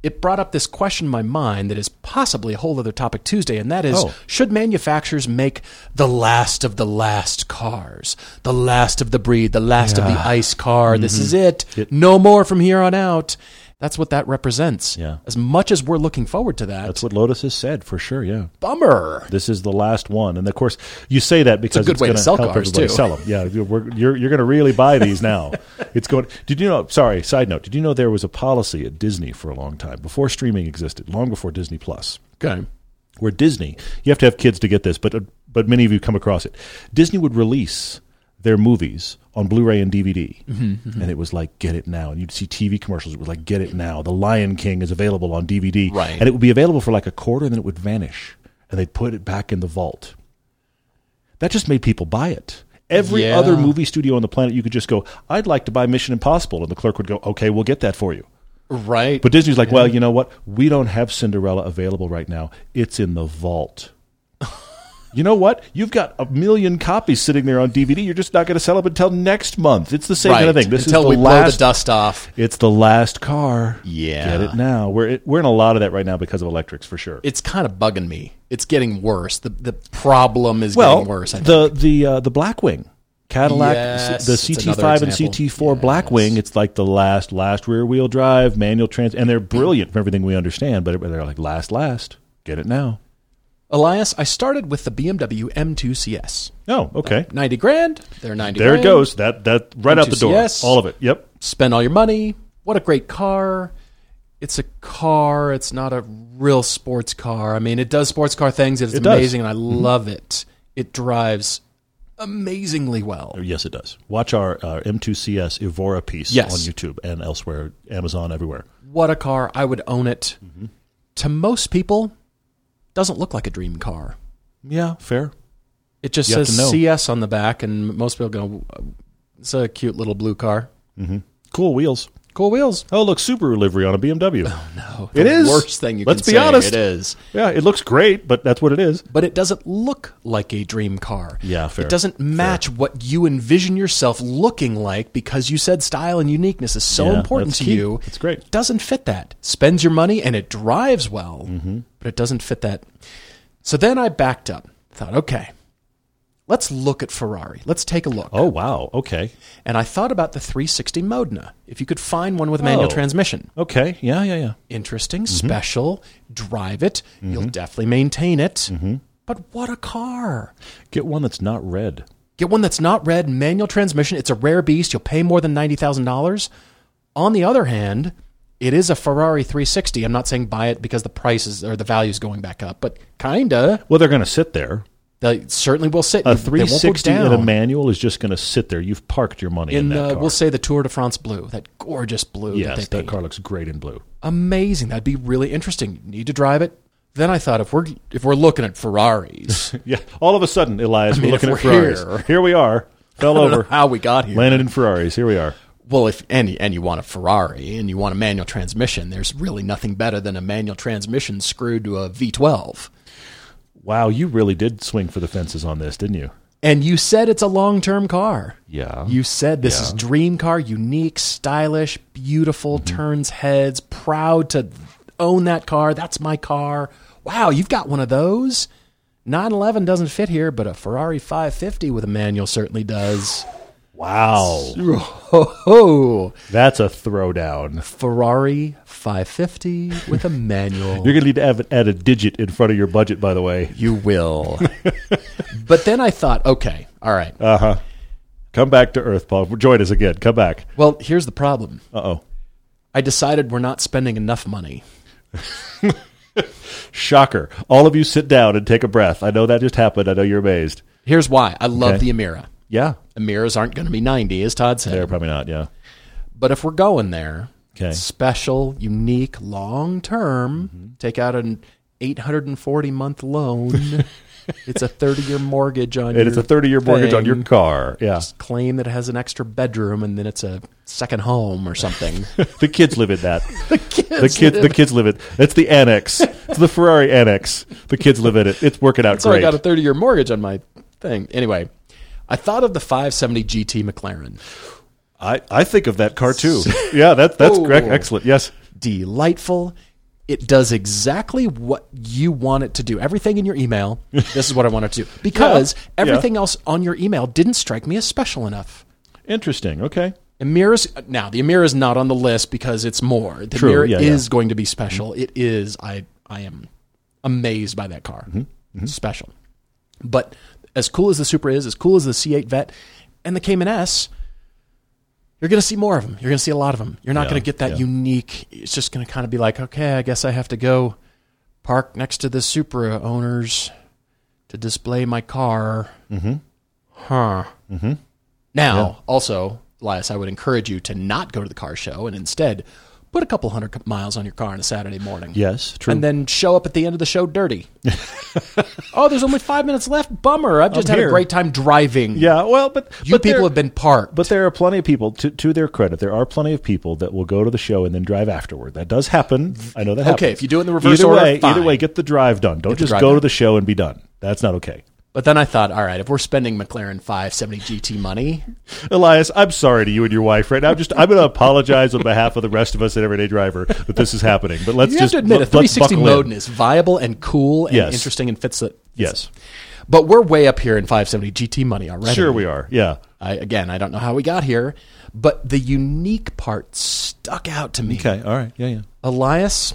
Speaker 2: it brought up this question in my mind that is possibly a whole other topic Tuesday, and that is
Speaker 1: Oh.
Speaker 2: should manufacturers make the last of the last cars, the last of the breed, the last of the ice car?
Speaker 1: Mm-hmm.
Speaker 2: This is it. No more from here on out. That's what that represents.
Speaker 1: Yeah.
Speaker 2: As much as we're looking forward to that,
Speaker 1: That's what Lotus has said for sure. Yeah.
Speaker 2: bummer.
Speaker 1: This is the last one, and of course, you say that because
Speaker 2: good
Speaker 1: it's
Speaker 2: way to
Speaker 1: going
Speaker 2: sell
Speaker 1: help
Speaker 2: cars,
Speaker 1: everybody
Speaker 2: too.
Speaker 1: sell them. Yeah, you're- we're- you're you're going to really buy these
Speaker 2: [laughs]
Speaker 1: now. it's going. Did you know? Sorry, side note. Did you know there was a policy at Disney for a long time before streaming existed, long before Disney Plus,
Speaker 2: Okay.
Speaker 1: where Disney you have to have kids to get this, but uh, but many of you come across it. Disney would release their movies on Blu-ray and DVD,
Speaker 2: Mm-hmm,
Speaker 1: and it was like get it now, and you'd see TV commercials. It was like get it now. The Lion King is available on DVD,
Speaker 2: Right.
Speaker 1: And it would be available for like a quarter, and then it would vanish, and they'd put it back in the vault. That just made people buy it. Every
Speaker 2: Yeah.
Speaker 1: other movie studio on the planet, you could just go, "I'd like to buy Mission Impossible," and the clerk would go, "Okay, we'll get that for you."
Speaker 2: Right.
Speaker 1: But Disney's like, well, you know what? We don't have Cinderella available right now. It's in the
Speaker 2: [laughs]
Speaker 1: vault. you know what? You've got a million copies sitting there on DVD. You're just not going to sell them until next month. It's the same
Speaker 2: right.
Speaker 1: kind of thing. This
Speaker 2: Until
Speaker 1: is the
Speaker 2: we blow the
Speaker 1: last.
Speaker 2: dust off.
Speaker 1: it's the last car.
Speaker 2: Yeah.
Speaker 1: get it now. We're we're in a lot of that right now because of electrics for sure.
Speaker 2: it's kind of bugging me. It's getting worse. The the problem is
Speaker 1: well,
Speaker 2: getting worse. I think.
Speaker 1: the the uh, the Blackwing. Cadillac,
Speaker 2: Yes,
Speaker 1: the
Speaker 2: it's
Speaker 1: CT5 and
Speaker 2: another example.
Speaker 1: CT4 Blackwing, it's like the last, last rear wheel drive, manual trans, and they're brilliant from everything we understand, but they're like last, last, get it now.
Speaker 2: Elias, I started with the BMW M2 CS.
Speaker 1: Oh, okay.
Speaker 2: Ninety grand. They're ninety.
Speaker 1: There it
Speaker 2: grand.
Speaker 1: goes. That that right out the door.
Speaker 2: MTCS.
Speaker 1: All of it. Yep.
Speaker 2: Spend all your money. What a great car. it's a car. It's not a real sports car. I mean, it does sports car things. It's
Speaker 1: It does. Mm-hmm.
Speaker 2: amazing, and I love it. It drives amazingly well.
Speaker 1: Oh, Yes, it does. Watch our uh, M2CS Evora piece
Speaker 2: Yes.
Speaker 1: on YouTube and elsewhere, Amazon, everywhere.
Speaker 2: What a car! I would own it.
Speaker 1: Mm-hmm.
Speaker 2: To most people, doesn't look like a dream car.
Speaker 1: Yeah, fair.
Speaker 2: It just
Speaker 1: You have
Speaker 2: says
Speaker 1: to know.
Speaker 2: CS on the back, and most people go, "It's a cute little blue car,
Speaker 1: Cool wheels.
Speaker 2: cool wheels."
Speaker 1: Oh, look, Subaru livery on a BMW.
Speaker 2: Oh, No,
Speaker 1: It
Speaker 2: the
Speaker 1: is.
Speaker 2: worst thing you.
Speaker 1: Let's
Speaker 2: can
Speaker 1: be
Speaker 2: say,
Speaker 1: honest.
Speaker 2: It is,
Speaker 1: Yeah, it looks great, but that's what it is.
Speaker 2: but it doesn't look like a dream car.
Speaker 1: Yeah, fair.
Speaker 2: It doesn't match what you envision yourself looking like because you said style and uniqueness is so
Speaker 1: Yeah,
Speaker 2: important
Speaker 1: that's
Speaker 2: to
Speaker 1: key.
Speaker 2: you.
Speaker 1: That's great.
Speaker 2: It doesn't fit that. Spends your money and it drives well,
Speaker 1: Mm-hmm.
Speaker 2: but it doesn't fit that. So then I backed up. Thought, okay, let's look at Ferrari. Let's take a look.
Speaker 1: Oh, wow. Okay.
Speaker 2: And I thought about the 360 Modena. If you could find one with manual
Speaker 1: Oh. Mm-hmm.
Speaker 2: transmission,
Speaker 1: Okay. Yeah, yeah, yeah.
Speaker 2: interesting, special. Drive it. You'll
Speaker 1: Mm-hmm.
Speaker 2: definitely maintain it. But what a car!
Speaker 1: Get one that's not red.
Speaker 2: Get one that's not red, manual transmission. It's a rare beast. You'll pay more than $90,000. On the other hand, it is a Ferrari 360. I'm not saying buy it because the price is or the value is going back up, but kinda.
Speaker 1: Well, they're going to sit there.
Speaker 2: They certainly will sit.
Speaker 1: A
Speaker 2: They won't go
Speaker 1: 360 and a
Speaker 2: down.
Speaker 1: manual is just going to sit there. You've parked your money in,
Speaker 2: in
Speaker 1: that
Speaker 2: uh,
Speaker 1: car.
Speaker 2: we'll say the Tour de France blue, that gorgeous blue.
Speaker 1: yes,
Speaker 2: that they
Speaker 1: that
Speaker 2: paint.
Speaker 1: car looks great in blue. [laughs]
Speaker 2: Amazing. That'd be really interesting. Need to drive it. Then I thought if we're if we're looking at Ferraris, [laughs]
Speaker 1: Yeah. All of a sudden, Elias,
Speaker 2: mean,
Speaker 1: we're looking
Speaker 2: if
Speaker 1: at
Speaker 2: we're
Speaker 1: Ferraris. Here. we are.
Speaker 2: [laughs]
Speaker 1: Fell
Speaker 2: I don't know
Speaker 1: over.
Speaker 2: how we got here.
Speaker 1: Landed in Ferraris. Here we are.
Speaker 2: Well, if and and you want a Ferrari and you want a manual transmission, there's really nothing better than a manual transmission screwed to a V12.
Speaker 1: Wow, you really did swing for the fences on this, didn't you?
Speaker 2: And you said it's a long-term car.
Speaker 1: Yeah. Mm-hmm.
Speaker 2: You said this is dream car, unique, stylish, beautiful, turns heads, proud to own that car. That's my car. Wow, you've got one of those. 911 doesn't fit here, but a Ferrari 550 with a manual certainly does.
Speaker 1: Wow.
Speaker 2: Oh,
Speaker 1: That's a throwdown.
Speaker 2: Ferrari 550 with a
Speaker 1: [laughs]
Speaker 2: manual.
Speaker 1: You're going to need to have, add a digit in front of your budget, by the way.
Speaker 2: You will. but then I thought, okay, all right.
Speaker 1: Uh, Come back to Earth, Paul. Join us again. Come back.
Speaker 2: well, here's the problem.
Speaker 1: Uh oh.
Speaker 2: I decided we're not spending enough money.
Speaker 1: Shocker. All of you sit down and take a breath. I know that just happened. I know you're amazed.
Speaker 2: Here's why. I love
Speaker 1: Okay.
Speaker 2: the Amira.
Speaker 1: Yeah.
Speaker 2: Amiras aren't going to be 90, as Todd said.
Speaker 1: They're probably not. Yeah.
Speaker 2: But if we're going there,
Speaker 1: Okay. Mm-hmm.
Speaker 2: special, unique, long term, take out an 840
Speaker 1: [laughs]
Speaker 2: month loan. it's a 30 year mortgage on
Speaker 1: And it's a 30 year mortgage on your car. Yeah.
Speaker 2: claim that it has an extra bedroom and then it's a second home
Speaker 1: [laughs]
Speaker 2: or something.
Speaker 1: The kids live in
Speaker 2: [laughs]
Speaker 1: that. the
Speaker 2: kids
Speaker 1: The kids, the kids live in It's the annex. It's the Ferrari annex. The kids live in it. It's working out
Speaker 2: So
Speaker 1: great.
Speaker 2: I got a 30 year mortgage on my thing. Anyway, I thought of the 570 GT McLaren.
Speaker 1: I, I think of that car
Speaker 2: [laughs]
Speaker 1: too. yeah, that, that's
Speaker 2: Oh.
Speaker 1: correct. Excellent. Yes.
Speaker 2: Delightful. It does exactly what you want it to do. Everything in your email, this is what I want it to do. Because
Speaker 1: [laughs] Yeah.
Speaker 2: everything else on your email didn't strike me as special enough.
Speaker 1: Interesting. Okay.
Speaker 2: Amira's now the Amira is not on the list because it's more. The
Speaker 1: True,
Speaker 2: Amira
Speaker 1: yeah, Mm-hmm.
Speaker 2: is going to be special. It is. I I am amazed by that car.
Speaker 1: Mm-hmm.
Speaker 2: Special, but as cool as the Supra is, as cool as the C8 Vet, and the Cayman S, you're going to see more of them. You're going to see a lot of them. You're not
Speaker 1: Yeah,
Speaker 2: going to get that
Speaker 1: yeah.
Speaker 2: unique. It's just going to kind of be like, okay, I guess I have to go park next to the Supra owners to display my car. Mm-hmm. Huh.
Speaker 1: Mm-hmm.
Speaker 2: Now, also, Elias, I would encourage you to not go to the car show and instead put a couple hundred miles on your car on a Saturday morning.
Speaker 1: Yes. True.
Speaker 2: And then show up at the end of the show dirty.
Speaker 1: [laughs]
Speaker 2: oh, there's only five minutes left. Bummer. I've just
Speaker 1: I'm
Speaker 2: had
Speaker 1: here.
Speaker 2: a great time driving.
Speaker 1: yeah. Well, but
Speaker 2: You
Speaker 1: but
Speaker 2: people
Speaker 1: there-
Speaker 2: have been parked.
Speaker 1: But there are plenty of people, to, to their credit, there are plenty of people that will go to the show and then drive afterward. That does happen. I know that happens.
Speaker 2: Okay, if you do it in the reverse
Speaker 1: either
Speaker 2: order,
Speaker 1: way,
Speaker 2: fine.
Speaker 1: either way, get the drive done. Don't just
Speaker 2: drive
Speaker 1: go
Speaker 2: done.
Speaker 1: to the show and be done. That's not okay.
Speaker 2: But then I thought, all right, if we're spending McLaren 570 GT money,
Speaker 1: Elias, I'm sorry to you and your wife right now. I'm just I'm going to apologize on behalf of the rest of us at Everyday Driver that this is happening. But let's
Speaker 2: you have
Speaker 1: just
Speaker 2: to admit a
Speaker 1: let- let's
Speaker 2: 360
Speaker 1: buckle in.
Speaker 2: mode is viable and cool and
Speaker 1: Yes.
Speaker 2: interesting and fits it.
Speaker 1: Yes.
Speaker 2: But we're way up here in 570 GT money already.
Speaker 1: Sure, we are. Yeah.
Speaker 2: I, again, I don't know how we got here, but the unique part stuck out to me.
Speaker 1: All right. Yeah. Yeah.
Speaker 2: Elias,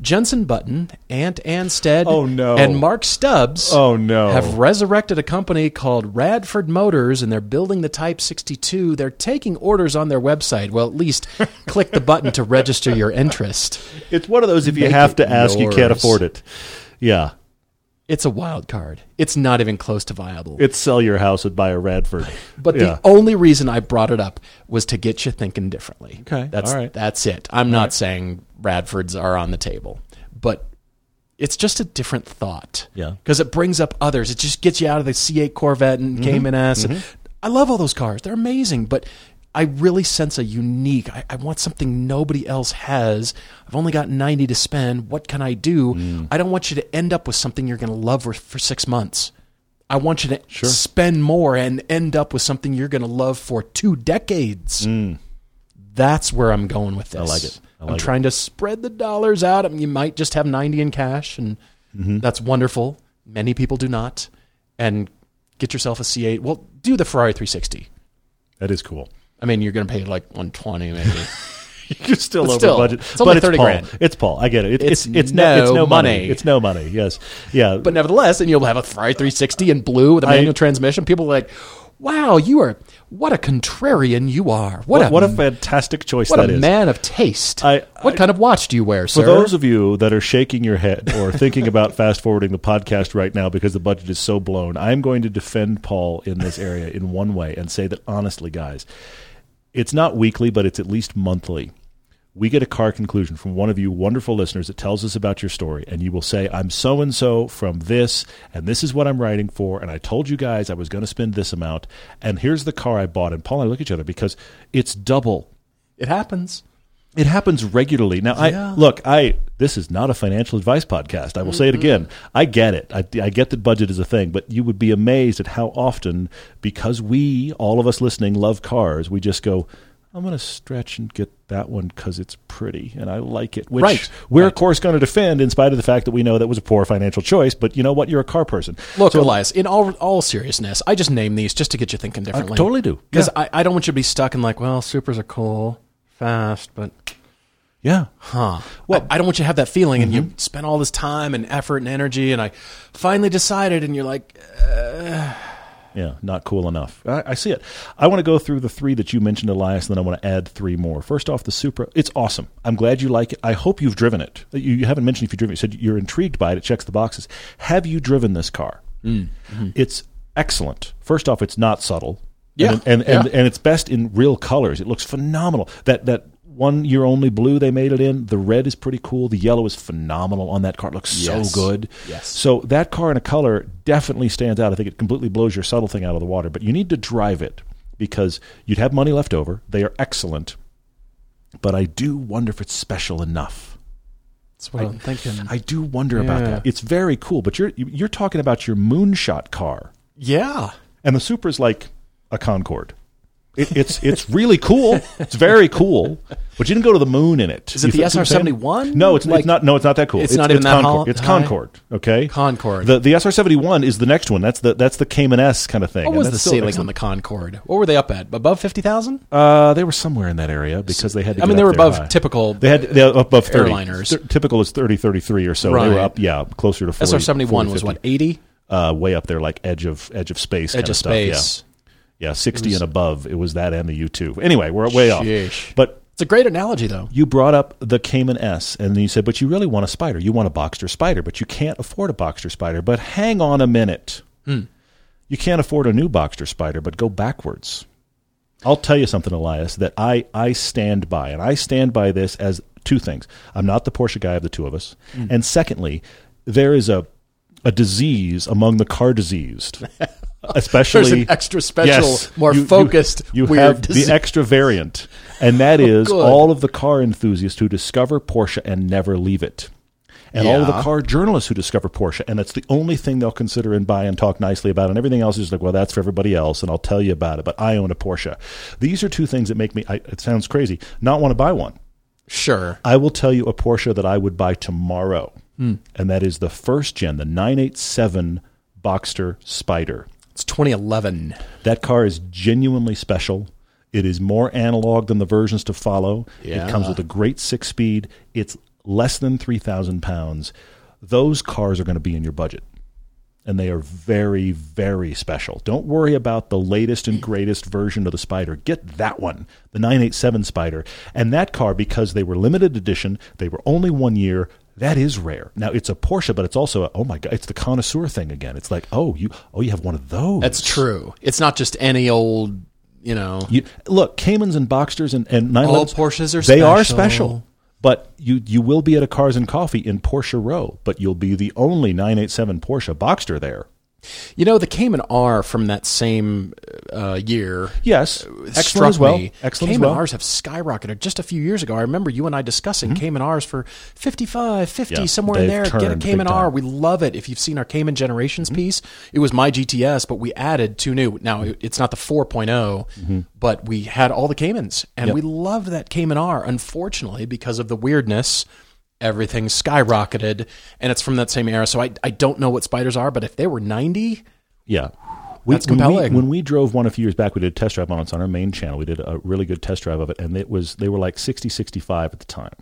Speaker 2: Jensen Button, Ant Anstead,
Speaker 1: Oh, no.
Speaker 2: and Mark Stubbs
Speaker 1: Oh, no.
Speaker 2: have resurrected a company called Radford Motors and they're building the Type 62. They're taking orders on their website. Well, at least [laughs] click the button to register your interest.
Speaker 1: It's one of those if you
Speaker 2: Make
Speaker 1: have
Speaker 2: it
Speaker 1: to ask, you can't
Speaker 2: yours.
Speaker 1: afford it. Yeah.
Speaker 2: It's a wild card. It's not even close to viable.
Speaker 1: It's sell your house and buy a Radford.
Speaker 2: But
Speaker 1: yeah.
Speaker 2: the only reason I brought it up was to get you thinking differently.
Speaker 1: Okay,
Speaker 2: That's
Speaker 1: all right.
Speaker 2: that's it. I'm not saying Radfords are on the table, but it's just a different thought.
Speaker 1: Yeah.
Speaker 2: Because it brings up others. It just gets you out of the C8 Corvette and Cayman S. And I love all those cars. They're amazing, but I really sense a unique. I, I want something nobody else has. I've only got 90 to spend. What can I do? I don't want you to end up with something you're going to love for, for six months. I want you to spend more and end up with something you're going to love for two decades. That's where I'm going with this. I
Speaker 1: like it. I
Speaker 2: am
Speaker 1: like it.
Speaker 2: trying to spread the dollars out. I mean, you might just have 90 in cash, and
Speaker 1: Mm-hmm.
Speaker 2: that's wonderful. Many people do not. And get yourself a C8. Well, do the Ferrari 360.
Speaker 1: that is cool.
Speaker 2: I mean, you're going to pay like 120
Speaker 1: [laughs]
Speaker 2: maybe.
Speaker 1: You're still over
Speaker 2: still,
Speaker 1: budget,
Speaker 2: it's
Speaker 1: but
Speaker 2: only
Speaker 1: it's
Speaker 2: 30
Speaker 1: Paul.
Speaker 2: grand.
Speaker 1: It's Paul. I get it. It-
Speaker 2: It's
Speaker 1: it's it's no, it's
Speaker 2: no
Speaker 1: no money.
Speaker 2: money.
Speaker 1: It's no money. Yes, yeah.
Speaker 2: but nevertheless, and you'll have a Ferrari 360 in blue with a
Speaker 1: I-
Speaker 2: manual transmission. People are like, wow, you are, what a contrarian you are. What,
Speaker 1: what,
Speaker 2: a,
Speaker 1: what a fantastic choice
Speaker 2: um, what
Speaker 1: that
Speaker 2: a
Speaker 1: is.
Speaker 2: man of taste.
Speaker 1: I-
Speaker 2: what kind of watch do you wear,
Speaker 1: For
Speaker 2: sir?
Speaker 1: those of you that are shaking your head or thinking about [laughs] fast forwarding the podcast right now because the budget is so blown, I'm going to defend Paul in this area in one way and say that honestly, guys, it's not weekly, but it's at least monthly. We get a car conclusion from one of you wonderful listeners that tells us about your story, and you will say, I'm so and so from this, and this is what I'm writing for, and I told you guys I was going to spend this amount, and here's the car I bought. And Paul and I look at each other because it's double
Speaker 2: it happens.
Speaker 1: it happens regularly. Now, I
Speaker 2: Yeah.
Speaker 1: look. I this is not a financial advice podcast. I will say it again. I get it. I, I get that budget is a thing, but you would be amazed at how often, because we all of us listening love cars, we just go. I'm going to stretch and get that one because it's pretty and I like it. Which
Speaker 2: Right.
Speaker 1: we're of course going to defend, in spite of the fact that we know that was a poor financial choice. But you know what? You're a car person.
Speaker 2: Look, Elias, in all all seriousness, I just name these just to get you thinking differently.
Speaker 1: totally do.
Speaker 2: Because I, I don't want you to be stuck in like, well, supers are cool, fast, but
Speaker 1: Yeah.
Speaker 2: huh. Well, I, I don't want you to have that feeling and
Speaker 1: Mm-hmm.
Speaker 2: you spent all this time and effort and energy and I finally decided and you're like,
Speaker 1: Yeah, not cool enough. I, I see it. I want to go through the three that you mentioned, Elias, and then I want to add three more. First off, the Supra. It's awesome. I'm glad you like it. I hope you've driven it. You, you haven't mentioned if you've driven it. You said you're intrigued by it. It checks the boxes. Have you driven this car?
Speaker 2: Mm, mm-hmm.
Speaker 1: It's excellent. First off, it's not subtle.
Speaker 2: Yeah,
Speaker 1: And, and, and,
Speaker 2: yeah.
Speaker 1: and it's best in real colors. It looks phenomenal. That, that one year only blue they made it in, the red is pretty cool. The yellow is phenomenal on that car. It looks
Speaker 2: Yes.
Speaker 1: so good.
Speaker 2: Yes.
Speaker 1: So that car in a color definitely stands out. I think it completely blows your subtle thing out of the water. But you need to drive it because you'd have money left over. They are excellent. But I do wonder if it's special enough.
Speaker 2: that's what I, am thinking.
Speaker 1: I do wonder about
Speaker 2: Yeah.
Speaker 1: that. It's very cool, but you're you're talking about your moonshot car,
Speaker 2: yeah.
Speaker 1: and the Supra's like a Concorde. It, it's it's really cool. It's very cool, but you didn't go to the moon in it.
Speaker 2: Is it
Speaker 1: You
Speaker 2: the
Speaker 1: feel- see what I'm saying?
Speaker 2: SR-71?
Speaker 1: No, it's,
Speaker 2: Like-
Speaker 1: it's not. No, it's not that cool.
Speaker 2: It's not even that
Speaker 1: Concorde.
Speaker 2: hol-
Speaker 1: It's
Speaker 2: high?
Speaker 1: Concorde. Okay,
Speaker 2: Concorde.
Speaker 1: The the SR seventy one is the next one. That's the that's the Cayman S kind of thing.
Speaker 2: What
Speaker 1: and
Speaker 2: was
Speaker 1: that's
Speaker 2: the
Speaker 1: still
Speaker 2: ceiling
Speaker 1: excellent.
Speaker 2: on the Concorde? What were they up at? Above 50,000?
Speaker 1: Uh, they were somewhere in that area because they had. To
Speaker 2: I
Speaker 1: get
Speaker 2: mean, they
Speaker 1: up
Speaker 2: were
Speaker 1: there
Speaker 2: above
Speaker 1: high.
Speaker 2: typical.
Speaker 1: They had they were up above 30.
Speaker 2: Airliners.
Speaker 1: Th- typical is 30, 33 or so. They
Speaker 2: Right.
Speaker 1: were up, yeah, closer to 40.
Speaker 2: SR 71
Speaker 1: 40,
Speaker 2: was what,
Speaker 1: 50.
Speaker 2: 80?
Speaker 1: Uh, way up there, like edge of edge of space.
Speaker 2: Edge
Speaker 1: kind
Speaker 2: of
Speaker 1: stuff,
Speaker 2: space.
Speaker 1: Yeah, yeah, sixty and above. It was that and the U two. Anyway, we're way
Speaker 2: Sheesh.
Speaker 1: off. But
Speaker 2: It's a great analogy, though.
Speaker 1: you brought up the Cayman S, and then you said, but you really want a spider. You want a Boxster spider, but you can't afford a Boxster spider. But hang on a minute.
Speaker 2: Hmm.
Speaker 1: You can't afford a new Boxster spider, but go backwards. I'll tell you something, Elias, that I, I stand by, and I stand by this as two things. I'm not the Porsche guy of the two of us.
Speaker 2: Hmm.
Speaker 1: And secondly, there is a a disease among the car
Speaker 2: [laughs]
Speaker 1: diseased. Especially
Speaker 2: There's an extra special, more focused,
Speaker 1: You,
Speaker 2: weird
Speaker 1: have
Speaker 2: disease.
Speaker 1: the extra variant, and
Speaker 2: [laughs]
Speaker 1: that is
Speaker 2: good.
Speaker 1: all of the car enthusiasts who discover Porsche and never leave it. And all of the
Speaker 2: Yeah.
Speaker 1: car journalists who discover Porsche, and it's the only thing they'll consider and buy and talk nicely about, and everything else is like, well, that's for everybody else, and I'll tell you about it. But I own a Porsche. These are two things that make me. I, it sounds crazy, not want to buy one.
Speaker 2: [laughs] Sure.
Speaker 1: I will tell you a Porsche that I would buy tomorrow,
Speaker 2: Hmm.
Speaker 1: and that is the first gen, the 987 Boxster Spider.
Speaker 2: It's 2011.
Speaker 1: That car is genuinely special. It is more analog than the versions to follow.
Speaker 2: Yeah.
Speaker 1: It comes with a great six speed. It's less than 3,000 pounds, those cars are going to be in your budget. And they are very, very special. Don't worry about the latest and greatest version of the Spider. Get that one, the 987 Spider. And that car, because they were limited edition, they were only one year, that is rare. Now, it's a Porsche, but it's also, a, oh my God, it's the connoisseur thing again. It's like, oh, you, oh, you have one of those.
Speaker 2: That's true. It's not just any old, you know.
Speaker 1: You, look, Caymans and Boxsters and, and 911s.
Speaker 2: All Porsches are
Speaker 1: They are
Speaker 2: special.
Speaker 1: special. But you, you will be at a Cars and Coffee in Porsche Row, but you'll be the only 987 Porsche Boxster there.
Speaker 2: You know, the Cayman R from that same uh, year.
Speaker 1: Yes.
Speaker 2: struck
Speaker 1: Excellent as well.
Speaker 2: me.
Speaker 1: Excellent as
Speaker 2: Cayman
Speaker 1: well. Mm-hmm.
Speaker 2: R's have skyrocketed just a few years ago. I remember you and I discussing Cayman R's for 55, 50,
Speaker 1: Yeah,
Speaker 2: somewhere in there.
Speaker 1: they've
Speaker 2: Get a
Speaker 1: turned big
Speaker 2: Cayman R.
Speaker 1: time. Mm-hmm.
Speaker 2: We love it. If you've seen our Cayman Generations piece, it was my GTS, but we added two new. Now, it- it's not the 4.0,
Speaker 1: Mm-hmm.
Speaker 2: but we had all the Caymans, and we loved that Cayman R. Unfortunately, because of the weirdness, everything skyrocketed, and it's from that same era. So I, I don't know what spiders are, but if they were 90,
Speaker 1: Yeah. We,
Speaker 2: That's
Speaker 1: when we-
Speaker 2: compelling.
Speaker 1: When we, drove one a few years back, we did a test drive on it. It's on our main channel. We did a really good test drive of it, and it was they were like 60, 65 at the time.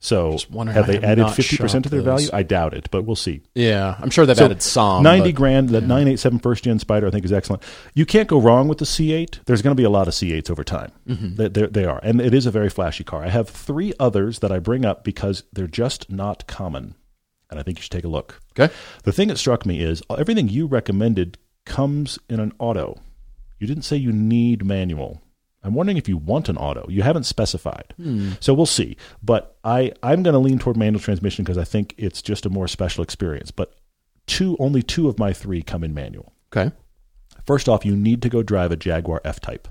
Speaker 1: So
Speaker 2: wondering,
Speaker 1: have
Speaker 2: I
Speaker 1: they
Speaker 2: have
Speaker 1: added
Speaker 2: not
Speaker 1: 50% to their
Speaker 2: shot those.
Speaker 1: value? I doubt it, but we'll see.
Speaker 2: yeah, I'm sure they've added some.
Speaker 1: 90
Speaker 2: but-
Speaker 1: grand, that 987 first gen Spider, I think, is excellent. You can't go wrong with the C8. There's going to be a lot of C8s over time.
Speaker 2: Mm-hmm.
Speaker 1: They, they're- they are. And it is a very flashy car. I have three others that I bring up because they're just not common. And I think you should take a look.
Speaker 2: Okay.
Speaker 1: The thing that struck me is uh, everything you recommended comes in an auto. You didn't say you need manual. I'm wondering if you want an auto. You haven't specified. So we'll see. But I, I'm going to lean toward manual transmission because I think it's just a more special experience. But two, only two of my three come in manual.
Speaker 2: Okay.
Speaker 1: First off, you need to go drive a Jaguar F Type.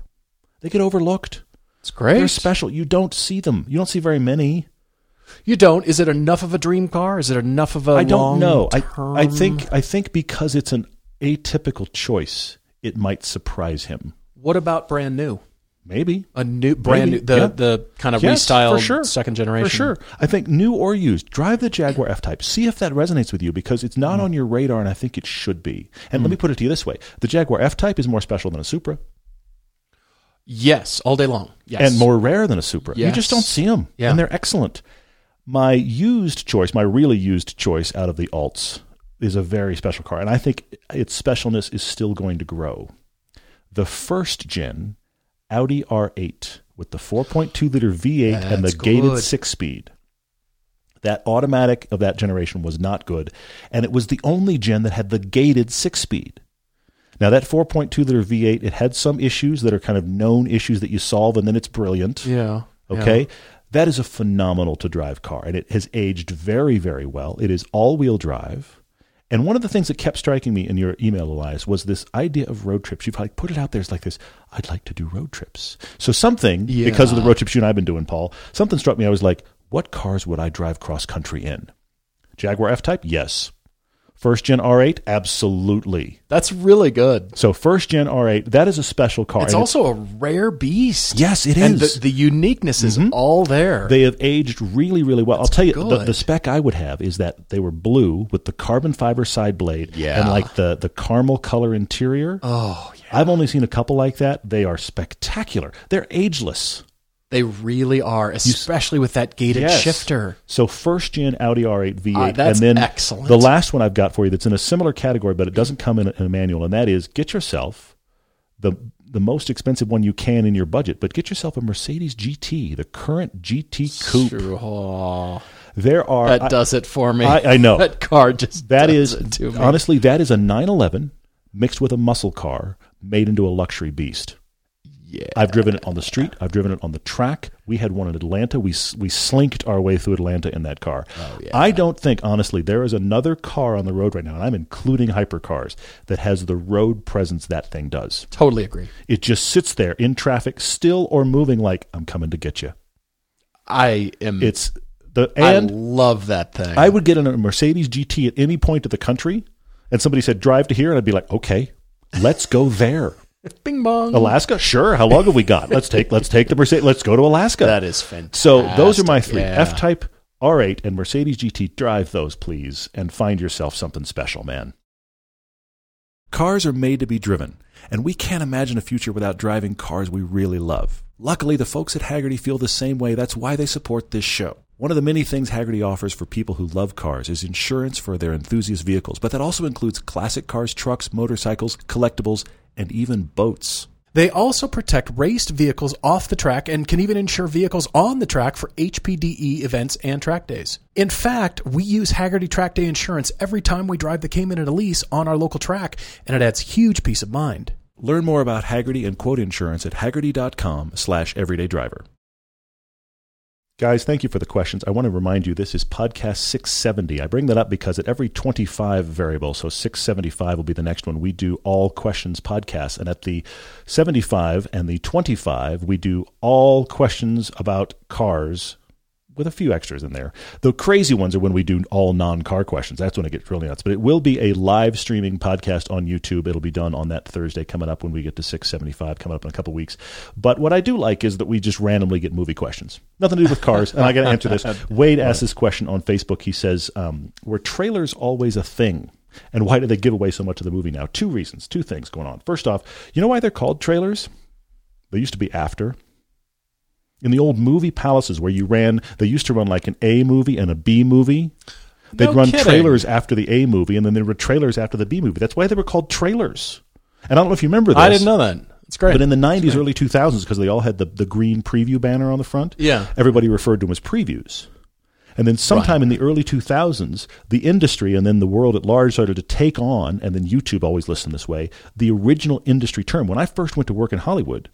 Speaker 1: They get overlooked.
Speaker 2: It's great.
Speaker 1: They're special. You don't see them. You don't see very many.
Speaker 2: you don't. Is it enough of a dream car? Is it enough of a
Speaker 1: I don't know. I,
Speaker 2: long-term-
Speaker 1: I think I think because it's an atypical choice, it might surprise him.
Speaker 2: What about brand new?
Speaker 1: Maybe.
Speaker 2: A new brand
Speaker 1: Maybe,
Speaker 2: new the
Speaker 1: yeah.
Speaker 2: the kind of
Speaker 1: Yes,
Speaker 2: restyled
Speaker 1: for sure.
Speaker 2: second generation.
Speaker 1: For sure. I think new or used, drive the Jaguar F Type. See if that resonates with you because it's not on your radar and I think it should be. And let me put it to you this way the Jaguar F Type is more special than a Supra
Speaker 2: Yes, all day long. Yes,
Speaker 1: and more rare than a Supra. You
Speaker 2: Yes.
Speaker 1: just don't see them.
Speaker 2: Yeah.
Speaker 1: And they're excellent. My used choice, my really used choice out of the alts is a very special car. And I think its specialness is still going to grow. The first gen Audi R8 with the 4.2 liter V8 and the
Speaker 2: That's good.
Speaker 1: gated six speed. That automatic of that generation was not good. And it was the only gen that had the gated six speed. Now, that 4.2 liter V8, it had some issues that are kind of known issues that you solve, and then it's brilliant.
Speaker 2: Yeah.
Speaker 1: Okay. That is a phenomenal to drive car, and it has aged very, very well. It is all wheel drive. And one of the things that kept striking me in your email, Elias, was this idea of road trips. You've like put it out there as like this I'd like to do road trips. So, something,
Speaker 2: Yeah.
Speaker 1: because of the road trips you and I have been doing, Paul, something struck me. I was like, what cars would I drive cross country in? Jaguar F Type? Yes. First gen R8? Absolutely.
Speaker 2: That's really good.
Speaker 1: So, first gen R8, that is a special car.
Speaker 2: It's
Speaker 1: and
Speaker 2: also a rare beast.
Speaker 1: Yes, it
Speaker 2: And
Speaker 1: is. Mm-hmm.
Speaker 2: the, the uniqueness is all there.
Speaker 1: They have aged really, really well. I'll tell you, the,
Speaker 2: good.
Speaker 1: the spec I would have is that they were blue with the carbon fiber side blade
Speaker 2: Yeah.
Speaker 1: and like the, the caramel color interior.
Speaker 2: oh, yeah.
Speaker 1: I've only seen a couple like that. They are spectacular. They're ageless.
Speaker 2: they really are, especially with that gated
Speaker 1: Yes.
Speaker 2: shifter.
Speaker 1: So first gen Audi R8 V8,
Speaker 2: Ah, that's
Speaker 1: and then
Speaker 2: excellent.
Speaker 1: the last one I've got for you that's in a similar category, but it doesn't come in a, in a manual, and that is get yourself the the most expensive one you can in your budget, but get yourself a Mercedes GT, the current GT coupe.
Speaker 2: True. Oh,
Speaker 1: There are
Speaker 2: that
Speaker 1: I-
Speaker 2: does it for me.
Speaker 1: I- I know.
Speaker 2: [laughs] that car just
Speaker 1: That
Speaker 2: does
Speaker 1: is
Speaker 2: it to me.
Speaker 1: honestly that is a 911 mixed with a muscle car made into a luxury beast.
Speaker 2: Yeah.
Speaker 1: I've driven it on the street. I've driven it on the track. We had one in Atlanta. We s- we slinked our way through Atlanta in that car.
Speaker 2: Oh,
Speaker 1: I don't think honestly there is another car on the road right now, and I'm including hypercars that has the road presence that thing does.
Speaker 2: Totally agree.
Speaker 1: It just sits there in traffic, still or moving, like I'm coming to get you.
Speaker 2: I am.
Speaker 1: It's the
Speaker 2: Mm. I
Speaker 1: and
Speaker 2: love that thing.
Speaker 1: I would get in a Mercedes GT at any point of the country, and somebody said, drive to here, and I'd be like, okay, let's go
Speaker 2: [laughs]
Speaker 1: there.
Speaker 2: Bing bong.
Speaker 1: Alaska? Sure. How long have we got? Let's take let's take the Mercedes. Let's go to Alaska.
Speaker 2: That is fantastic.
Speaker 1: so those are my three.
Speaker 2: Yeah.
Speaker 1: F type, R eight, and Mercedes GT. Drive those, please, and find yourself something special, man. Cars are made to be driven, and we can't imagine a future without driving cars we really love. Luckily, the folks at Haggerty feel the same way. That's why they support this show. One of the many things Haggerty offers for people who love cars is insurance for their enthusiast vehicles, but that also includes classic cars, trucks, motorcycles, collectibles, and even boats.
Speaker 2: They also protect raced vehicles off the track and can even insure vehicles on the track for HPDE E events and track days. In fact, we use Haggerty Track Day insurance every time we drive the Cayman and Elise on our local track, and it adds huge peace of mind.
Speaker 1: Learn more about Haggerty and quote insurance at haggerty.com slash everyday driver. Guys, thank you for the questions. I want to remind you this is podcast 670. I bring that up because at every 25 variable, so 675 will be the next one, we do all questions podcasts. And at the 75 and the 25, we do all questions about cars with a few extras in there. The crazy ones are when we do all non car questions. That's when it gets really nuts. But it will be a live streaming podcast on YouTube. It'll be done on that Thursday coming up when we get to 675, coming up in a couple weeks. But what I do like is that we just randomly get movie questions. Nothing to do with cars. and I got to answer this. Wade asked this question on Facebook. He says, um, Were trailers always a thing? And why do they give away so much of the movie now? Two reasons, two things going on. First off, you know why they're called trailers? They used to be after. In the old movie palaces where you ran, they used to run like an A movie and a B movie. They'd
Speaker 2: No
Speaker 1: run
Speaker 2: kidding.
Speaker 1: trailers after the A movie, and then there were trailers after the B movie. That's why they were called trailers. And I don't know if you remember this.
Speaker 2: I didn't know that. It's great.
Speaker 1: But in the 90s, early 2000s, because they all had the, the green preview banner on the front,
Speaker 2: Yeah.
Speaker 1: everybody referred to them as previews. And then sometime in the early 2000s, the industry and then the world at large started to take on, and then YouTube always listened this way, the original industry term. When I first went to work in Hollywood,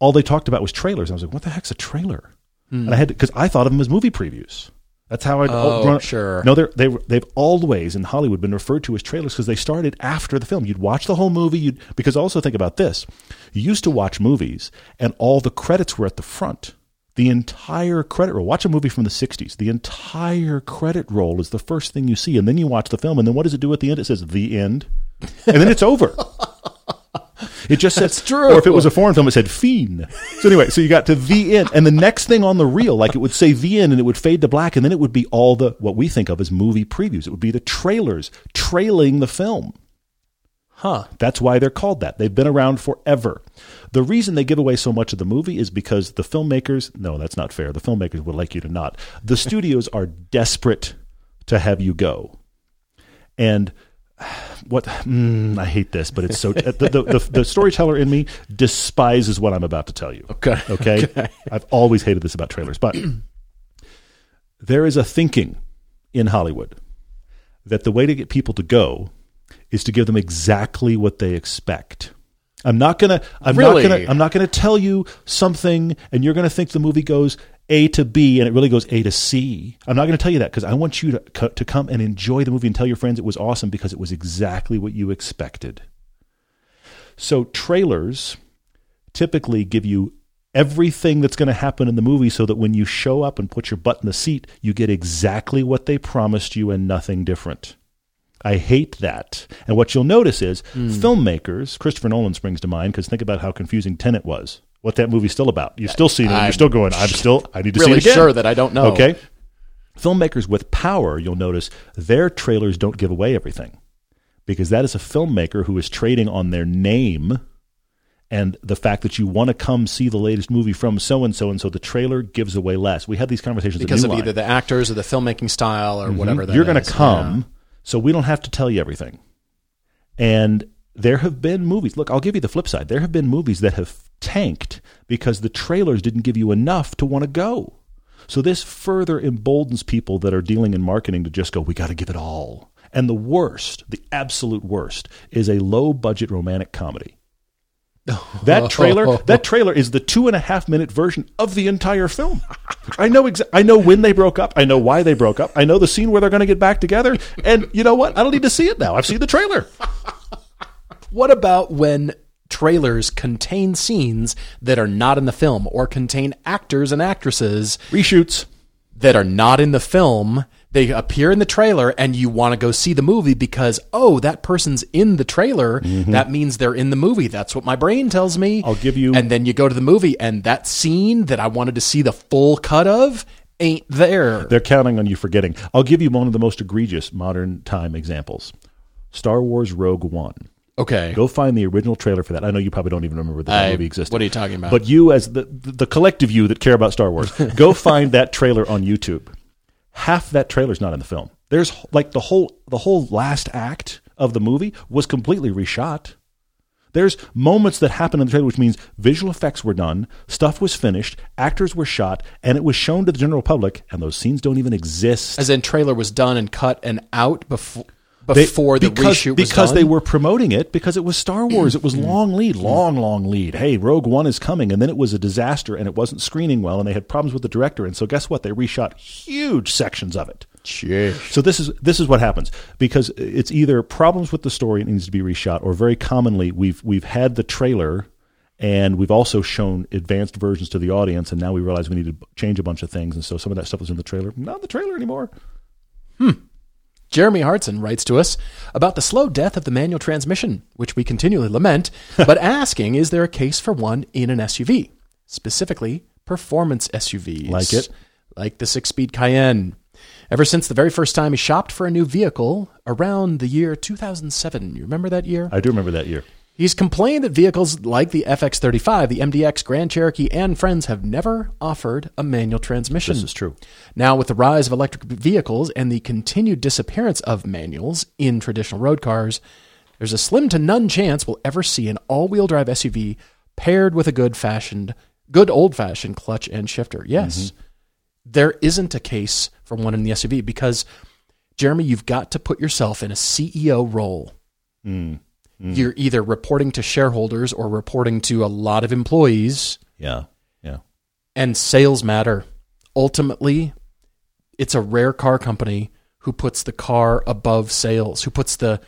Speaker 1: all they talked about was trailers. I was like, what the heck's a trailer? And I had because I thought of them as movie previews. That's how I.
Speaker 2: Hmm. Oh, sure.
Speaker 1: No, they're, they were- they've always in Hollywood been referred to as trailers because they started after the film. You'd watch the whole movie. You'd because also think about this. You used to watch movies and all the credits were at the front. The entire credit roll. Watch a movie from the '60s. The entire credit roll is the first thing you see, and then you watch the film, and then what does it do at the end? It says the end, and then it's over. It just said,
Speaker 2: That's true.
Speaker 1: Or if it was a foreign film, it said fiend. So anyway, so you got to the end, and the next thing on the reel, like it would say the end, and it would fade to black, and then it would be all the what we think of as movie previews. It would be the trailers trailing the film.
Speaker 2: huh.
Speaker 1: That's why they're called that. They've been around forever. The reason they give away so much of the movie is because the filmmakers, no, that's not fair. The filmmakers would like you to not. The studios are desperate to have you go. And what mm, I hate this, but it's so the, the, the, the storyteller in me despises what I'm about to tell you.
Speaker 2: Okay.
Speaker 1: [laughs] Okay. I've always hated this about trailers, but [clears throat] there is a thinking in Hollywood that the way to get people to go is to give them exactly what they expect. I'm not gonna. I'm
Speaker 2: Really?
Speaker 1: not gonna. I'm not gonna tell you something, and you're gonna think the movie goes A to B, and it really goes A to C. I'm not gonna tell you that because I want you to co- to come and enjoy the movie and tell your friends it was awesome because it was exactly what you expected. So trailers typically give you everything that's going to happen in the movie so that when you show up and put your butt in the seat, you get exactly what they promised you and nothing different. I hate that. And what you'll notice is
Speaker 2: Hmm.
Speaker 1: filmmakers, Christopher Nolan springs to mind because think about how confusing Tenet was. What that movie's still about. You're still seeing it. You're
Speaker 2: I'm
Speaker 1: still going, I'm still, I
Speaker 2: [laughs]
Speaker 1: need to see
Speaker 2: Really
Speaker 1: it again.
Speaker 2: sure that I don't know.
Speaker 1: Okay. Filmmakers with power, you'll notice their trailers don't give away everything because that is a filmmaker who is trading on their name and the fact that you want to come see the latest movie from so and so and so the trailer gives away less. We had these conversations
Speaker 2: Because
Speaker 1: at
Speaker 2: of
Speaker 1: Newline.
Speaker 2: either the actors or the filmmaking style or whatever that
Speaker 1: Mm-hmm. You're going
Speaker 2: is.
Speaker 1: to come, so we don't have to tell you everything. And there have been movies. Look, I'll give you the flip side. There have been movies that have tanked because the trailers didn't give you enough to want to go. So this further emboldens people that are dealing in marketing to just go, we got to give it all. And the worst, the absolute worst, is a low budget romantic comedy. [laughs]
Speaker 2: [laughs]
Speaker 1: That trailer, that trailer is the two and a half minute version of the entire film. I know exa- I know when they broke up. I know why they broke up. I know the scene where they're going to get back together. And you know what? I don't need to see it now. I've seen the trailer.
Speaker 2: What about when trailers contain scenes that are not in the film or contain actors and actresses
Speaker 1: Reshoots.
Speaker 2: that are not in the film? They appear in the trailer and you want to go see the movie because, oh, that person's in the trailer. That means they're in the movie. That's what my brain tells me.
Speaker 1: Mm-hmm. I'll give you-
Speaker 2: And then you go to the movie and that scene that I wanted to see the full cut of ain't there.
Speaker 1: They're counting on you forgetting. I'll give you one of the most egregious modern time examples. Star Wars Rogue One.
Speaker 2: Okay.
Speaker 1: Go find the original trailer for that. I know you probably don't even remember that
Speaker 2: I-
Speaker 1: movie existed.
Speaker 2: what are you talking about?
Speaker 1: But you, as the the collective you that care about Star
Speaker 2: [laughs]
Speaker 1: Wars, go find that trailer on YouTube. Half that trailer's not in the film. There's like the whole the whole last act of the movie was completely reshot. There's moments that happen in the trailer, which means visual effects were done, stuff was finished, actors were shot, and it was shown to the general public. And those scenes don't even exist.
Speaker 2: As in, trailer was done and cut and out before
Speaker 1: They-
Speaker 2: before the
Speaker 1: because,
Speaker 2: reshoot was
Speaker 1: because
Speaker 2: done?
Speaker 1: they were promoting it because it was Star Wars. it was long lead, long long lead. Hey, Rogue One is coming, and then it was a disaster, and it wasn't screening well, and they had problems with the director, and so guess what? They reshot huge sections of it. So this is this is what happens because it's either problems with the story and it needs to be reshot, or very commonly we've we've had the trailer and we've also shown advanced versions to the audience, and now we realize we need to b- change a bunch of things, and so some of that stuff was in the trailer, not in the trailer anymore.
Speaker 2: Jeremy Hartson writes to us about the slow death of the manual transmission, which we
Speaker 1: [laughs]
Speaker 2: continually lament, but asking is there a case for one in an SUV, specifically performance SUVs?
Speaker 1: Like it?
Speaker 2: Like the six speed Cayenne. Ever since the very first time he shopped for a new vehicle around the year 2007, you remember that year?
Speaker 1: I do remember that year.
Speaker 2: He's complained that vehicles like the FX35, the MDX, Grand Cherokee, and Friends have never offered a manual transmission.
Speaker 1: This is true.
Speaker 2: Now, with the rise of electric vehicles and the continued disappearance of manuals in traditional road cars, there's a slim to none chance we'll ever see an all-wheel drive SUV paired with a good fashioned, good old-fashioned clutch and shifter. Yes, there isn't a case for one in the SUV because, Jeremy, you've got to put yourself in a CEO role.
Speaker 1: Hmm.
Speaker 2: You're either reporting to shareholders or reporting to a lot of employees
Speaker 1: Yeah, yeah.
Speaker 2: and sales matter. Ultimately, it's a rare car company who puts the car above sales, who puts the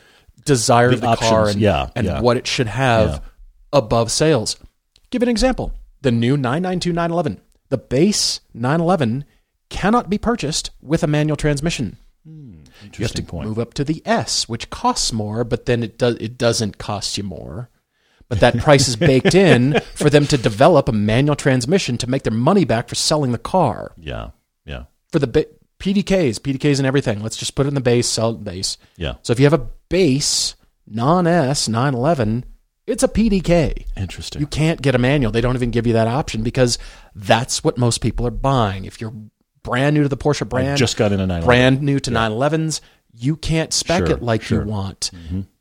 Speaker 2: desire of the
Speaker 1: The
Speaker 2: car
Speaker 1: options,
Speaker 2: and,
Speaker 1: yeah,
Speaker 2: and
Speaker 1: yeah.
Speaker 2: what it should have
Speaker 1: Yeah.
Speaker 2: above sales. Give an example the new 992 911. The base 911 cannot be purchased with a manual transmission. You have to
Speaker 1: Interesting point.
Speaker 2: move up to the S, which costs more, but then it does it doesn't cost you more. But that price
Speaker 1: [laughs]
Speaker 2: is baked in for them to develop a manual transmission to make their money back for selling the car
Speaker 1: Yeah, yeah,
Speaker 2: for the ba- PDKs, PDKs and everything. Let's just put it in the base, sell it in base.
Speaker 1: yeah.
Speaker 2: So if you have a base non S 911, it's a PDK.
Speaker 1: Interesting.
Speaker 2: You can't get a manual. They don't even give you that option because that's what most people are buying. If you're brand new to the Porsche brand,
Speaker 1: just got in a 911.
Speaker 2: brand new to 911s, you can't spec
Speaker 1: Sure,
Speaker 2: it like
Speaker 1: sure. Mm-hmm.
Speaker 2: you want.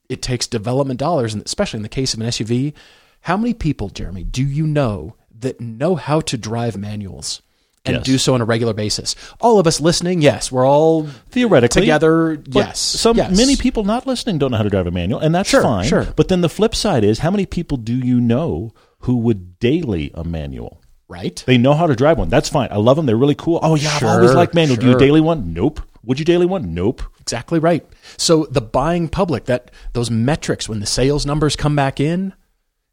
Speaker 2: It takes development dollars, and especially in the case of an SUV. How many people, Jeremy, do you know that know how to drive manuals and
Speaker 1: Yes.
Speaker 2: do so on a regular basis? All of us listening, yes, we're all
Speaker 1: Theoretically,
Speaker 2: together.
Speaker 1: but
Speaker 2: yes,
Speaker 1: Some
Speaker 2: yes.
Speaker 1: many people not listening don't know how to drive a manual, and that's
Speaker 2: Sure,
Speaker 1: fine.
Speaker 2: sure.
Speaker 1: But then the flip side is, how many people do you know who would daily a manual?
Speaker 2: right?
Speaker 1: They know how to drive one. That's fine. I love them. They're really cool. Oh yeah, I've always
Speaker 2: Sure,
Speaker 1: liked manual. Do you
Speaker 2: sure.
Speaker 1: daily one? Nope. Would you daily one? Nope.
Speaker 2: Exactly right. So the buying public, that those metrics, when the sales numbers come back in,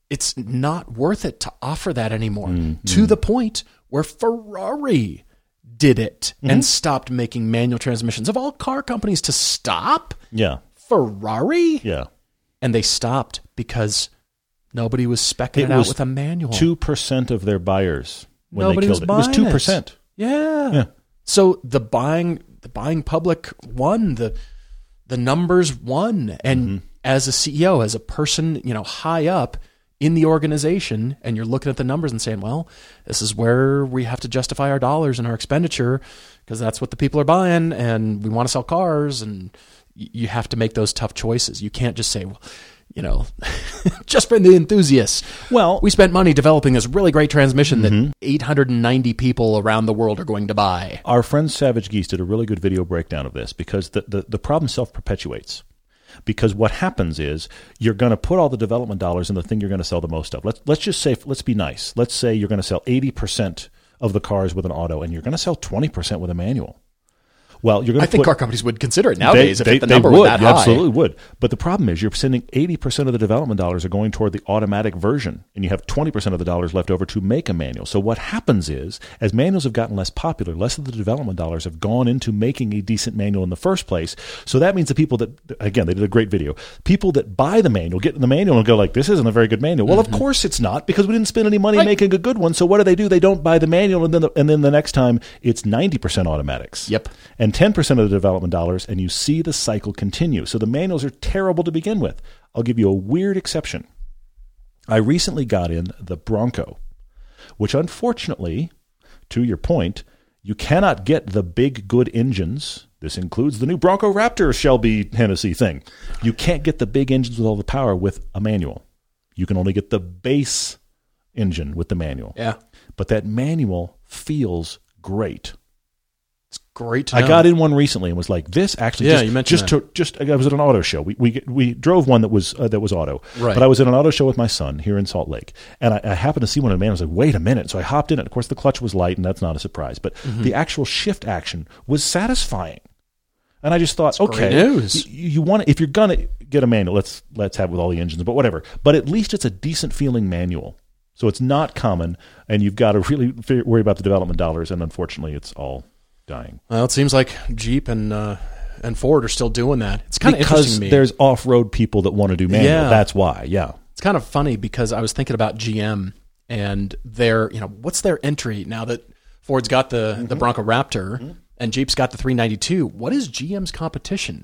Speaker 2: it's not worth it to offer that anymore.
Speaker 1: Mm-hmm.
Speaker 2: To the point where Ferrari did it
Speaker 1: Mm-hmm.
Speaker 2: and stopped making manual transmissions of all car companies to stop
Speaker 1: Yeah,
Speaker 2: Ferrari,
Speaker 1: yeah.
Speaker 2: and they stopped because nobody was specking it,
Speaker 1: It
Speaker 2: out
Speaker 1: was
Speaker 2: with a manual.
Speaker 1: Two percent of their buyers when
Speaker 2: Nobody
Speaker 1: they
Speaker 2: was
Speaker 1: killed it. It was
Speaker 2: buying
Speaker 1: two
Speaker 2: it.
Speaker 1: percent.
Speaker 2: Yeah.
Speaker 1: Yeah.
Speaker 2: So the buying the buying public won the the numbers won and as a CEO as a person, you know, high up in the organization and you're looking at the numbers and saying, well, this is where we have to justify our dollars and our expenditure because that's what the people are buying and we want to sell cars and y- you have to make those tough choices. You can't just say, well, you know, [laughs] just for the enthusiasts.
Speaker 1: Well,
Speaker 2: We spent money developing this really great transmission that 890 people around the world are going to buy.
Speaker 1: Our friend Savage Geese did a really good video breakdown of this because the, the, the problem self perpetuates. Because what happens is you're going to put all the development dollars in the thing you're going to sell the most of. Let's, let's just say, let's be nice. Let's say you're going to sell 80% of the cars with an auto and you're going to sell 20% with a manual. Well, you're going
Speaker 2: I
Speaker 1: to
Speaker 2: think
Speaker 1: put,
Speaker 2: car companies would consider it nowadays
Speaker 1: they,
Speaker 2: if the
Speaker 1: they
Speaker 2: number
Speaker 1: would,
Speaker 2: was that
Speaker 1: you
Speaker 2: high.
Speaker 1: absolutely would. But the problem is you're sending 80% of the development dollars are going toward the automatic version, and you have 20% of the dollars left over to make a manual. So what happens is, as manuals have gotten less popular, less of the development dollars have gone into making a decent manual in the first place. So that means the people that, again, they did a great video, people that buy the manual, get in the manual and go like, this isn't a very good manual. Well, of course it's not, because we didn't spend any money
Speaker 2: Mm-hmm. Right.
Speaker 1: making a good one. So what do they do? They don't buy the manual, and then the, and then the next time it's 90% automatics
Speaker 2: Yep.
Speaker 1: and 10% of the development dollars, and you see the cycle continue. So the manuals are terrible to begin with. I'll give you a weird exception. I recently got in the Bronco, which unfortunately, to your point, you cannot get the big good engines. This includes the new Bronco Raptor Shelby Hennessy thing. You can't get the big engines with all the power with a manual. You can only get the base engine with the manual.
Speaker 2: Yeah.
Speaker 1: But that manual feels great.
Speaker 2: It's great to
Speaker 1: I
Speaker 2: know.
Speaker 1: got in one recently and was like, "This actually,
Speaker 2: Yeah,
Speaker 1: just,
Speaker 2: you mentioned
Speaker 1: just to, just I was at an auto show. We we we drove one that was uh, that was auto,
Speaker 2: Right.
Speaker 1: but I was at an auto show with my son here in Salt Lake, and I, I happened to see one in a man. I was like, "Wait a minute!" So I hopped in it. Of course, the clutch was light, and that's not a surprise. But
Speaker 2: Mm-hmm.
Speaker 1: the actual shift action was satisfying, and I just thought,
Speaker 2: great
Speaker 1: okay,
Speaker 2: news.
Speaker 1: y- you want if you're gonna get a manual, let's let's have it with all the engines, but whatever. But at least it's a decent feeling manual. So it's not common, and you've got to really fi- worry about the development dollars. And unfortunately, it's all dying.
Speaker 2: Well, it seems like Jeep and uh, and Ford are still doing that. It's kind of interesting
Speaker 1: because
Speaker 2: to me.
Speaker 1: there's off-road people that want to do manual.
Speaker 2: Yeah.
Speaker 1: That's why. Yeah.
Speaker 2: it's kind of funny because I was thinking about GM and their, you know, what's their entry now that Ford's got the
Speaker 1: Mm-hmm.
Speaker 2: the Bronco Raptor and Jeep's got the 392. What is GM's competition?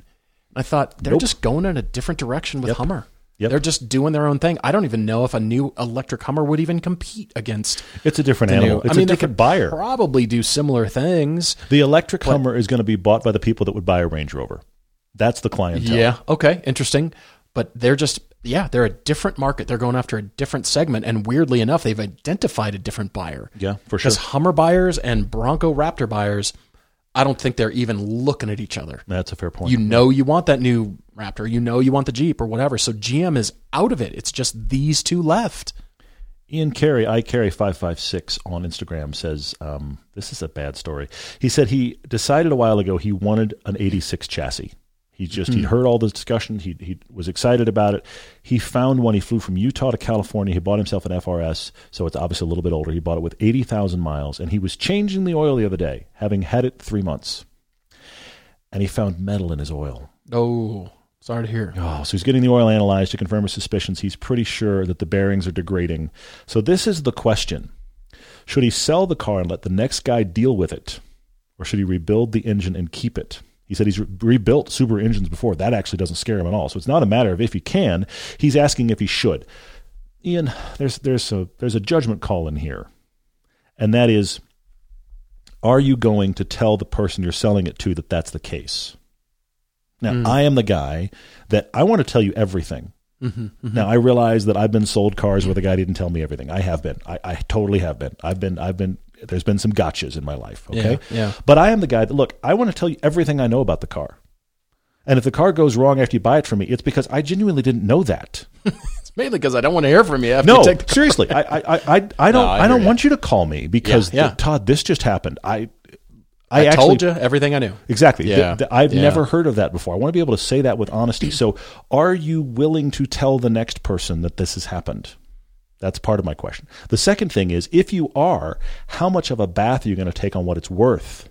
Speaker 2: And I thought they're just going in a different direction with Hummer.
Speaker 1: Yep.
Speaker 2: They're just doing their own thing. I don't even know if a new electric Hummer would even compete against
Speaker 1: It's a different
Speaker 2: the
Speaker 1: animal.
Speaker 2: new.
Speaker 1: It's
Speaker 2: I mean,
Speaker 1: a
Speaker 2: they
Speaker 1: different
Speaker 2: could
Speaker 1: buyer.
Speaker 2: probably do similar things.
Speaker 1: the electric Hummer is going to be bought by the people that would buy a Range Rover. That's the clientele.
Speaker 2: Yeah. Okay. Interesting. But they're just yeah, they're a different market. They're going after a different segment, and weirdly enough, they've identified a different buyer.
Speaker 1: Yeah, for sure.
Speaker 2: Because Hummer buyers and Bronco Raptor buyers, I don't think they're even looking at each other.
Speaker 1: That's a fair point.
Speaker 2: You know, you want that new Raptor. You know, you want the Jeep or whatever. So GM is out of it. It's just these two left.
Speaker 1: Ian Carey, I carry five five six on Instagram says um, this is a bad story. He said he decided a while ago he wanted an eighty six chassis. He just he heard all the discussion. He he was excited about it. He found one. He flew from Utah to California. He bought himself an FRS, so it's obviously a little bit older. He bought it with eighty thousand miles, and he was changing the oil the other day, having had it three months, and he found metal in his oil.
Speaker 2: Oh, sorry to hear.
Speaker 1: Oh, so he's getting the oil analyzed to confirm his suspicions. He's pretty sure that the bearings are degrading. So this is the question. Should he sell the car and let the next guy deal with it? Or should he rebuild the engine and keep it? He said he's re- rebuilt Subaru engines before. That actually doesn't scare him at all. So it's not a matter of if he can. He's asking if he should. Ian, there's there's a there's a judgment call in here. And that is are you going to tell the person you're selling it to that that's the case? Now,
Speaker 2: Mm.
Speaker 1: I am the guy that I want to tell you everything.
Speaker 2: Mm-hmm,
Speaker 1: Now, I realize that I've been sold cars where the guy didn't tell me everything. I have been. I, I totally have been. I've been. I've been. There's been some gotchas in my life. Okay.
Speaker 2: Yeah, yeah.
Speaker 1: But I am the guy that look. I want to tell you everything I know about the car. And if the car goes wrong after you buy it from me, it's because I genuinely didn't know that.
Speaker 2: It's mainly because I don't want to hear from you after
Speaker 1: No,
Speaker 2: you take the
Speaker 1: seriously, I, I, I, I- I don't,
Speaker 2: I
Speaker 1: I,
Speaker 2: hear
Speaker 1: don't
Speaker 2: ya.
Speaker 1: want you to call me because
Speaker 2: Yeah, yeah.
Speaker 1: Todd, this just happened. I,
Speaker 2: I,
Speaker 1: I, actually
Speaker 2: told you everything I knew.
Speaker 1: Exactly. Th-
Speaker 2: Yeah.
Speaker 1: th- I've
Speaker 2: Yeah.
Speaker 1: never heard of that before. I want to be able to say that with honesty. So, are you willing to tell the next person that this has happened? That's part of my question. The second thing is if you are, how much of a bath are you going to take on what it's worth?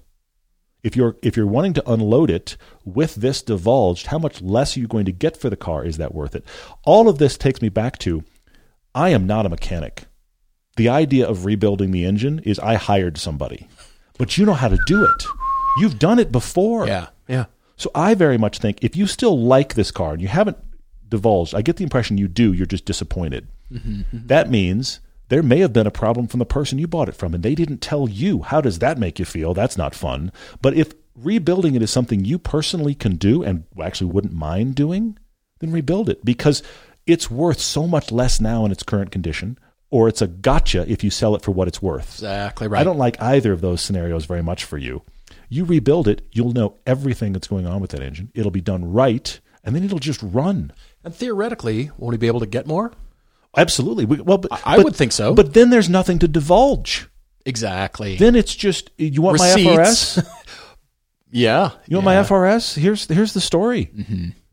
Speaker 1: If you're if you're wanting to unload it with this divulged, how much less are you going to get for the car? Is that worth it? All of this takes me back to I am not a mechanic. The idea of rebuilding the engine is I hired somebody. But you know how to do it. You've done it before.
Speaker 2: Yeah. Yeah.
Speaker 1: So I very much think if you still like this car and you haven't divulged, I get the impression you do, you're just disappointed. That means there may have been a problem from the person you bought it from and they didn't tell you. How does that make you feel? That's not fun. But if rebuilding it is something you personally can do and actually wouldn't mind doing, then rebuild it because it's worth so much less now in its current condition or it's a gotcha if you sell it for what it's worth.
Speaker 2: Exactly right.
Speaker 1: I don't like either of those scenarios very much for you. You rebuild it, you'll know everything that's going on with that engine. It'll be done right, and then it'll just run.
Speaker 2: and theoretically, won't he be able to get more?
Speaker 1: Absolutely. We, well, but,
Speaker 2: I
Speaker 1: but-
Speaker 2: would think so.
Speaker 1: But then there's nothing to divulge.
Speaker 2: Exactly.
Speaker 1: Then it's just you want
Speaker 2: Receipts.
Speaker 1: my [laughs] FRS.
Speaker 2: yeah.
Speaker 1: You want my FRS? Here's here's the story.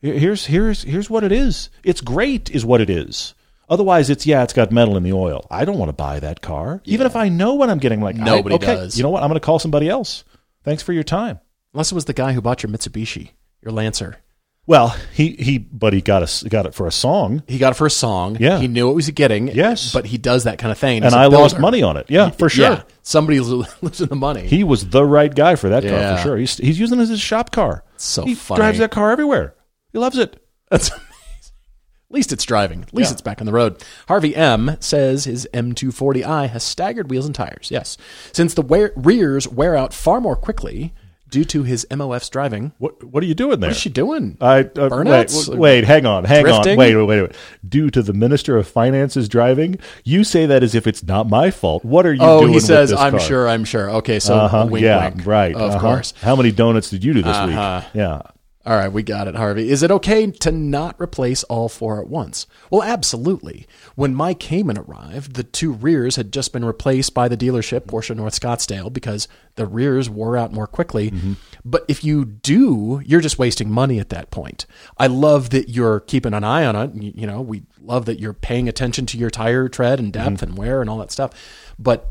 Speaker 1: Here- Here's here's here's what it is. It's great, is what it is. Otherwise, it's yeah, it's got metal in the oil. I don't want to buy that car, even if I know what I'm getting. Like I-
Speaker 2: Nobody
Speaker 1: okay,
Speaker 2: does.
Speaker 1: You know what? I'm going to call somebody else. Thanks for your time.
Speaker 2: Unless it was the guy who bought your Mitsubishi, your Lancer.
Speaker 1: Well, he he, but he got us got it for a song,
Speaker 2: He got it for a song.
Speaker 1: Yeah.
Speaker 2: He knew what he was getting.
Speaker 1: Yes.
Speaker 2: But he does that kind of thing.
Speaker 1: and
Speaker 2: He's a
Speaker 1: I lost
Speaker 2: builder.
Speaker 1: money on it. Yeah, for sure.
Speaker 2: Yeah. Somebody's lo- [laughs] losing the money.
Speaker 1: He was the right guy for that car
Speaker 2: Yeah.
Speaker 1: for sure. He's he's using it as his shop car.
Speaker 2: so
Speaker 1: he
Speaker 2: funny. [laughs]
Speaker 1: drives that car everywhere. He loves it.
Speaker 2: That's amazing. At least it's driving. At least
Speaker 1: Yeah.
Speaker 2: it's back on the road. Harvey M says his M240i has staggered wheels and tires. Yes, since the wear- rears wear out far more quickly due to his MOF's driving.
Speaker 1: What What are you doing there?
Speaker 2: What's she doing?
Speaker 1: I, uh, wait,
Speaker 2: Burnouts?
Speaker 1: w- wait, hang on, hang
Speaker 2: Drifting?
Speaker 1: on, wait, wait, wait, wait. Due to the Minister of Finance's driving, you say that as if it's not my fault. What are you
Speaker 2: oh,
Speaker 1: doing
Speaker 2: he
Speaker 1: with
Speaker 2: says,
Speaker 1: this
Speaker 2: "I'm
Speaker 1: car?"
Speaker 2: sure, I'm sure." Okay, so
Speaker 1: Uh-huh,
Speaker 2: wink,
Speaker 1: yeah,
Speaker 2: wink.
Speaker 1: right.
Speaker 2: of
Speaker 1: uh-huh.
Speaker 2: course. Uh-huh.
Speaker 1: How many donuts did you do this week? Yeah.
Speaker 2: All right, we got it, Harvey. Is it okay to not replace all four at once? Well, absolutely. When my Cayman arrived, the two rears had just been replaced by the dealership, Porsche North Scottsdale, because the rears wore out more quickly.
Speaker 1: Mm-hmm.
Speaker 2: But if you do, you're just wasting money at that point. I love that you're keeping an eye on it. You you know, we love that you're paying attention to your tire tread and depth
Speaker 1: Mm-hmm.
Speaker 2: and wear and all that stuff. But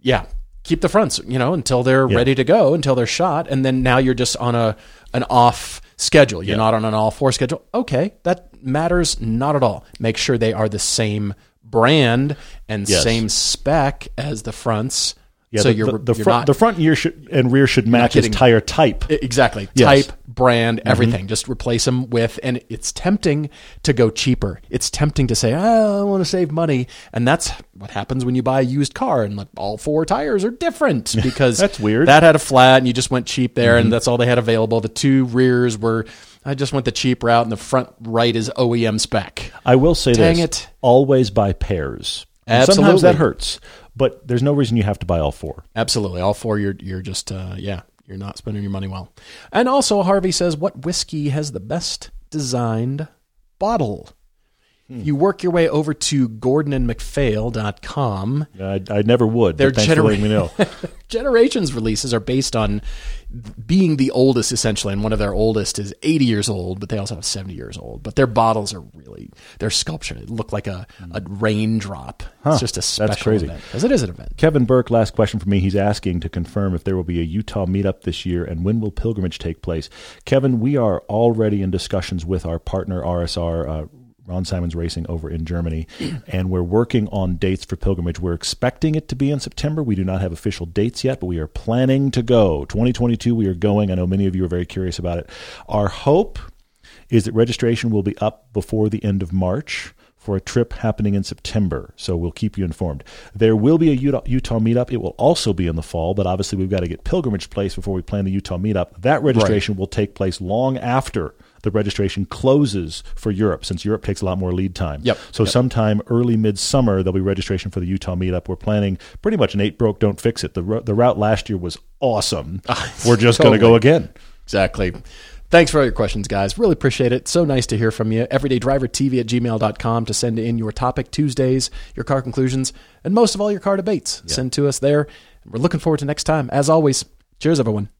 Speaker 2: yeah keep the fronts you know until they're ready to go until they're shot and then now you're just on a an off schedule you're not on an all four schedule okay that matters not at all make sure they are the same brand and
Speaker 1: Yes.
Speaker 2: same spec as the fronts
Speaker 1: Yeah,
Speaker 2: so
Speaker 1: the,
Speaker 2: you're,
Speaker 1: the, the
Speaker 2: you're
Speaker 1: front,
Speaker 2: not
Speaker 1: the front year should, and rear should match his
Speaker 2: getting-
Speaker 1: tire type.
Speaker 2: I- E, Exactly.
Speaker 1: Yes. Mm-hmm.
Speaker 2: Type, brand, everything. Just replace them with, and it's tempting to go cheaper. It's tempting to say, oh, I want to save money. And that's what happens when you buy a used car and like, all four tires are
Speaker 1: [laughs]
Speaker 2: different because
Speaker 1: That's weird. Mm-hmm.
Speaker 2: That had a flat and you just went cheap there and that's all they had available. The two rears were, I just went the cheap route and the front right is OEM spec.
Speaker 1: I will say
Speaker 2: Dang
Speaker 1: this:
Speaker 2: it.
Speaker 1: always buy pairs. And
Speaker 2: Absolutely.
Speaker 1: Sometimes that hurts, but there's no reason you have to buy all four.
Speaker 2: Absolutely. All four, you're, you're just, uh, yeah, you're not spending your money well. And also, Harvey says, what whiskey has the best designed bottle? You work your way over to gordonandmcphail.com.
Speaker 1: I, I never would.
Speaker 2: They're
Speaker 1: but thanks for letting me know.
Speaker 2: genera- Generations releases are based on being the oldest, essentially, and one of their oldest is 80 years old, but they also have 70 years old. But their bottles are really, they're sculptured. It looked like a, a raindrop. It's just a special
Speaker 1: crazy.
Speaker 2: event. Because it is an event.
Speaker 1: Kevin Burke, last question for me. He's asking to confirm if there will be a Utah meetup this year and when will pilgrimage take place. Kevin, we are already in discussions with our partner RSR. Uh, Ron Simons Racing over in Germany, and we're working on dates for pilgrimage. We're expecting it to be in September. We do not have official dates yet, but we are planning to go. 2022, we are going. I know many of you are very curious about it. Our hope is that registration will be up before the end of March for a trip happening in September. So we'll keep you informed. There will be a Utah, Utah meetup. It will also be in the fall, but obviously we've got to get pilgrimage place before we plan the Utah meetup. That registration will take place long after the registration closes for Europe, since Europe takes a lot more lead time.
Speaker 2: Yep.
Speaker 1: So sometime early midsummer, there'll be registration for the Utah meetup. We're planning pretty much an eight broke, don't fix it. The, ro- the route last year was
Speaker 2: [laughs]
Speaker 1: awesome. We're just going to go again.
Speaker 2: Exactly. Thanks for all your questions, guys. Really appreciate it. So nice to hear from you. EverydayDriverTV at gmail.com to send in your topic Tuesdays, your car conclusions, and most of all, your car debates. Send to us there. We're looking forward to next time. As always, cheers, everyone.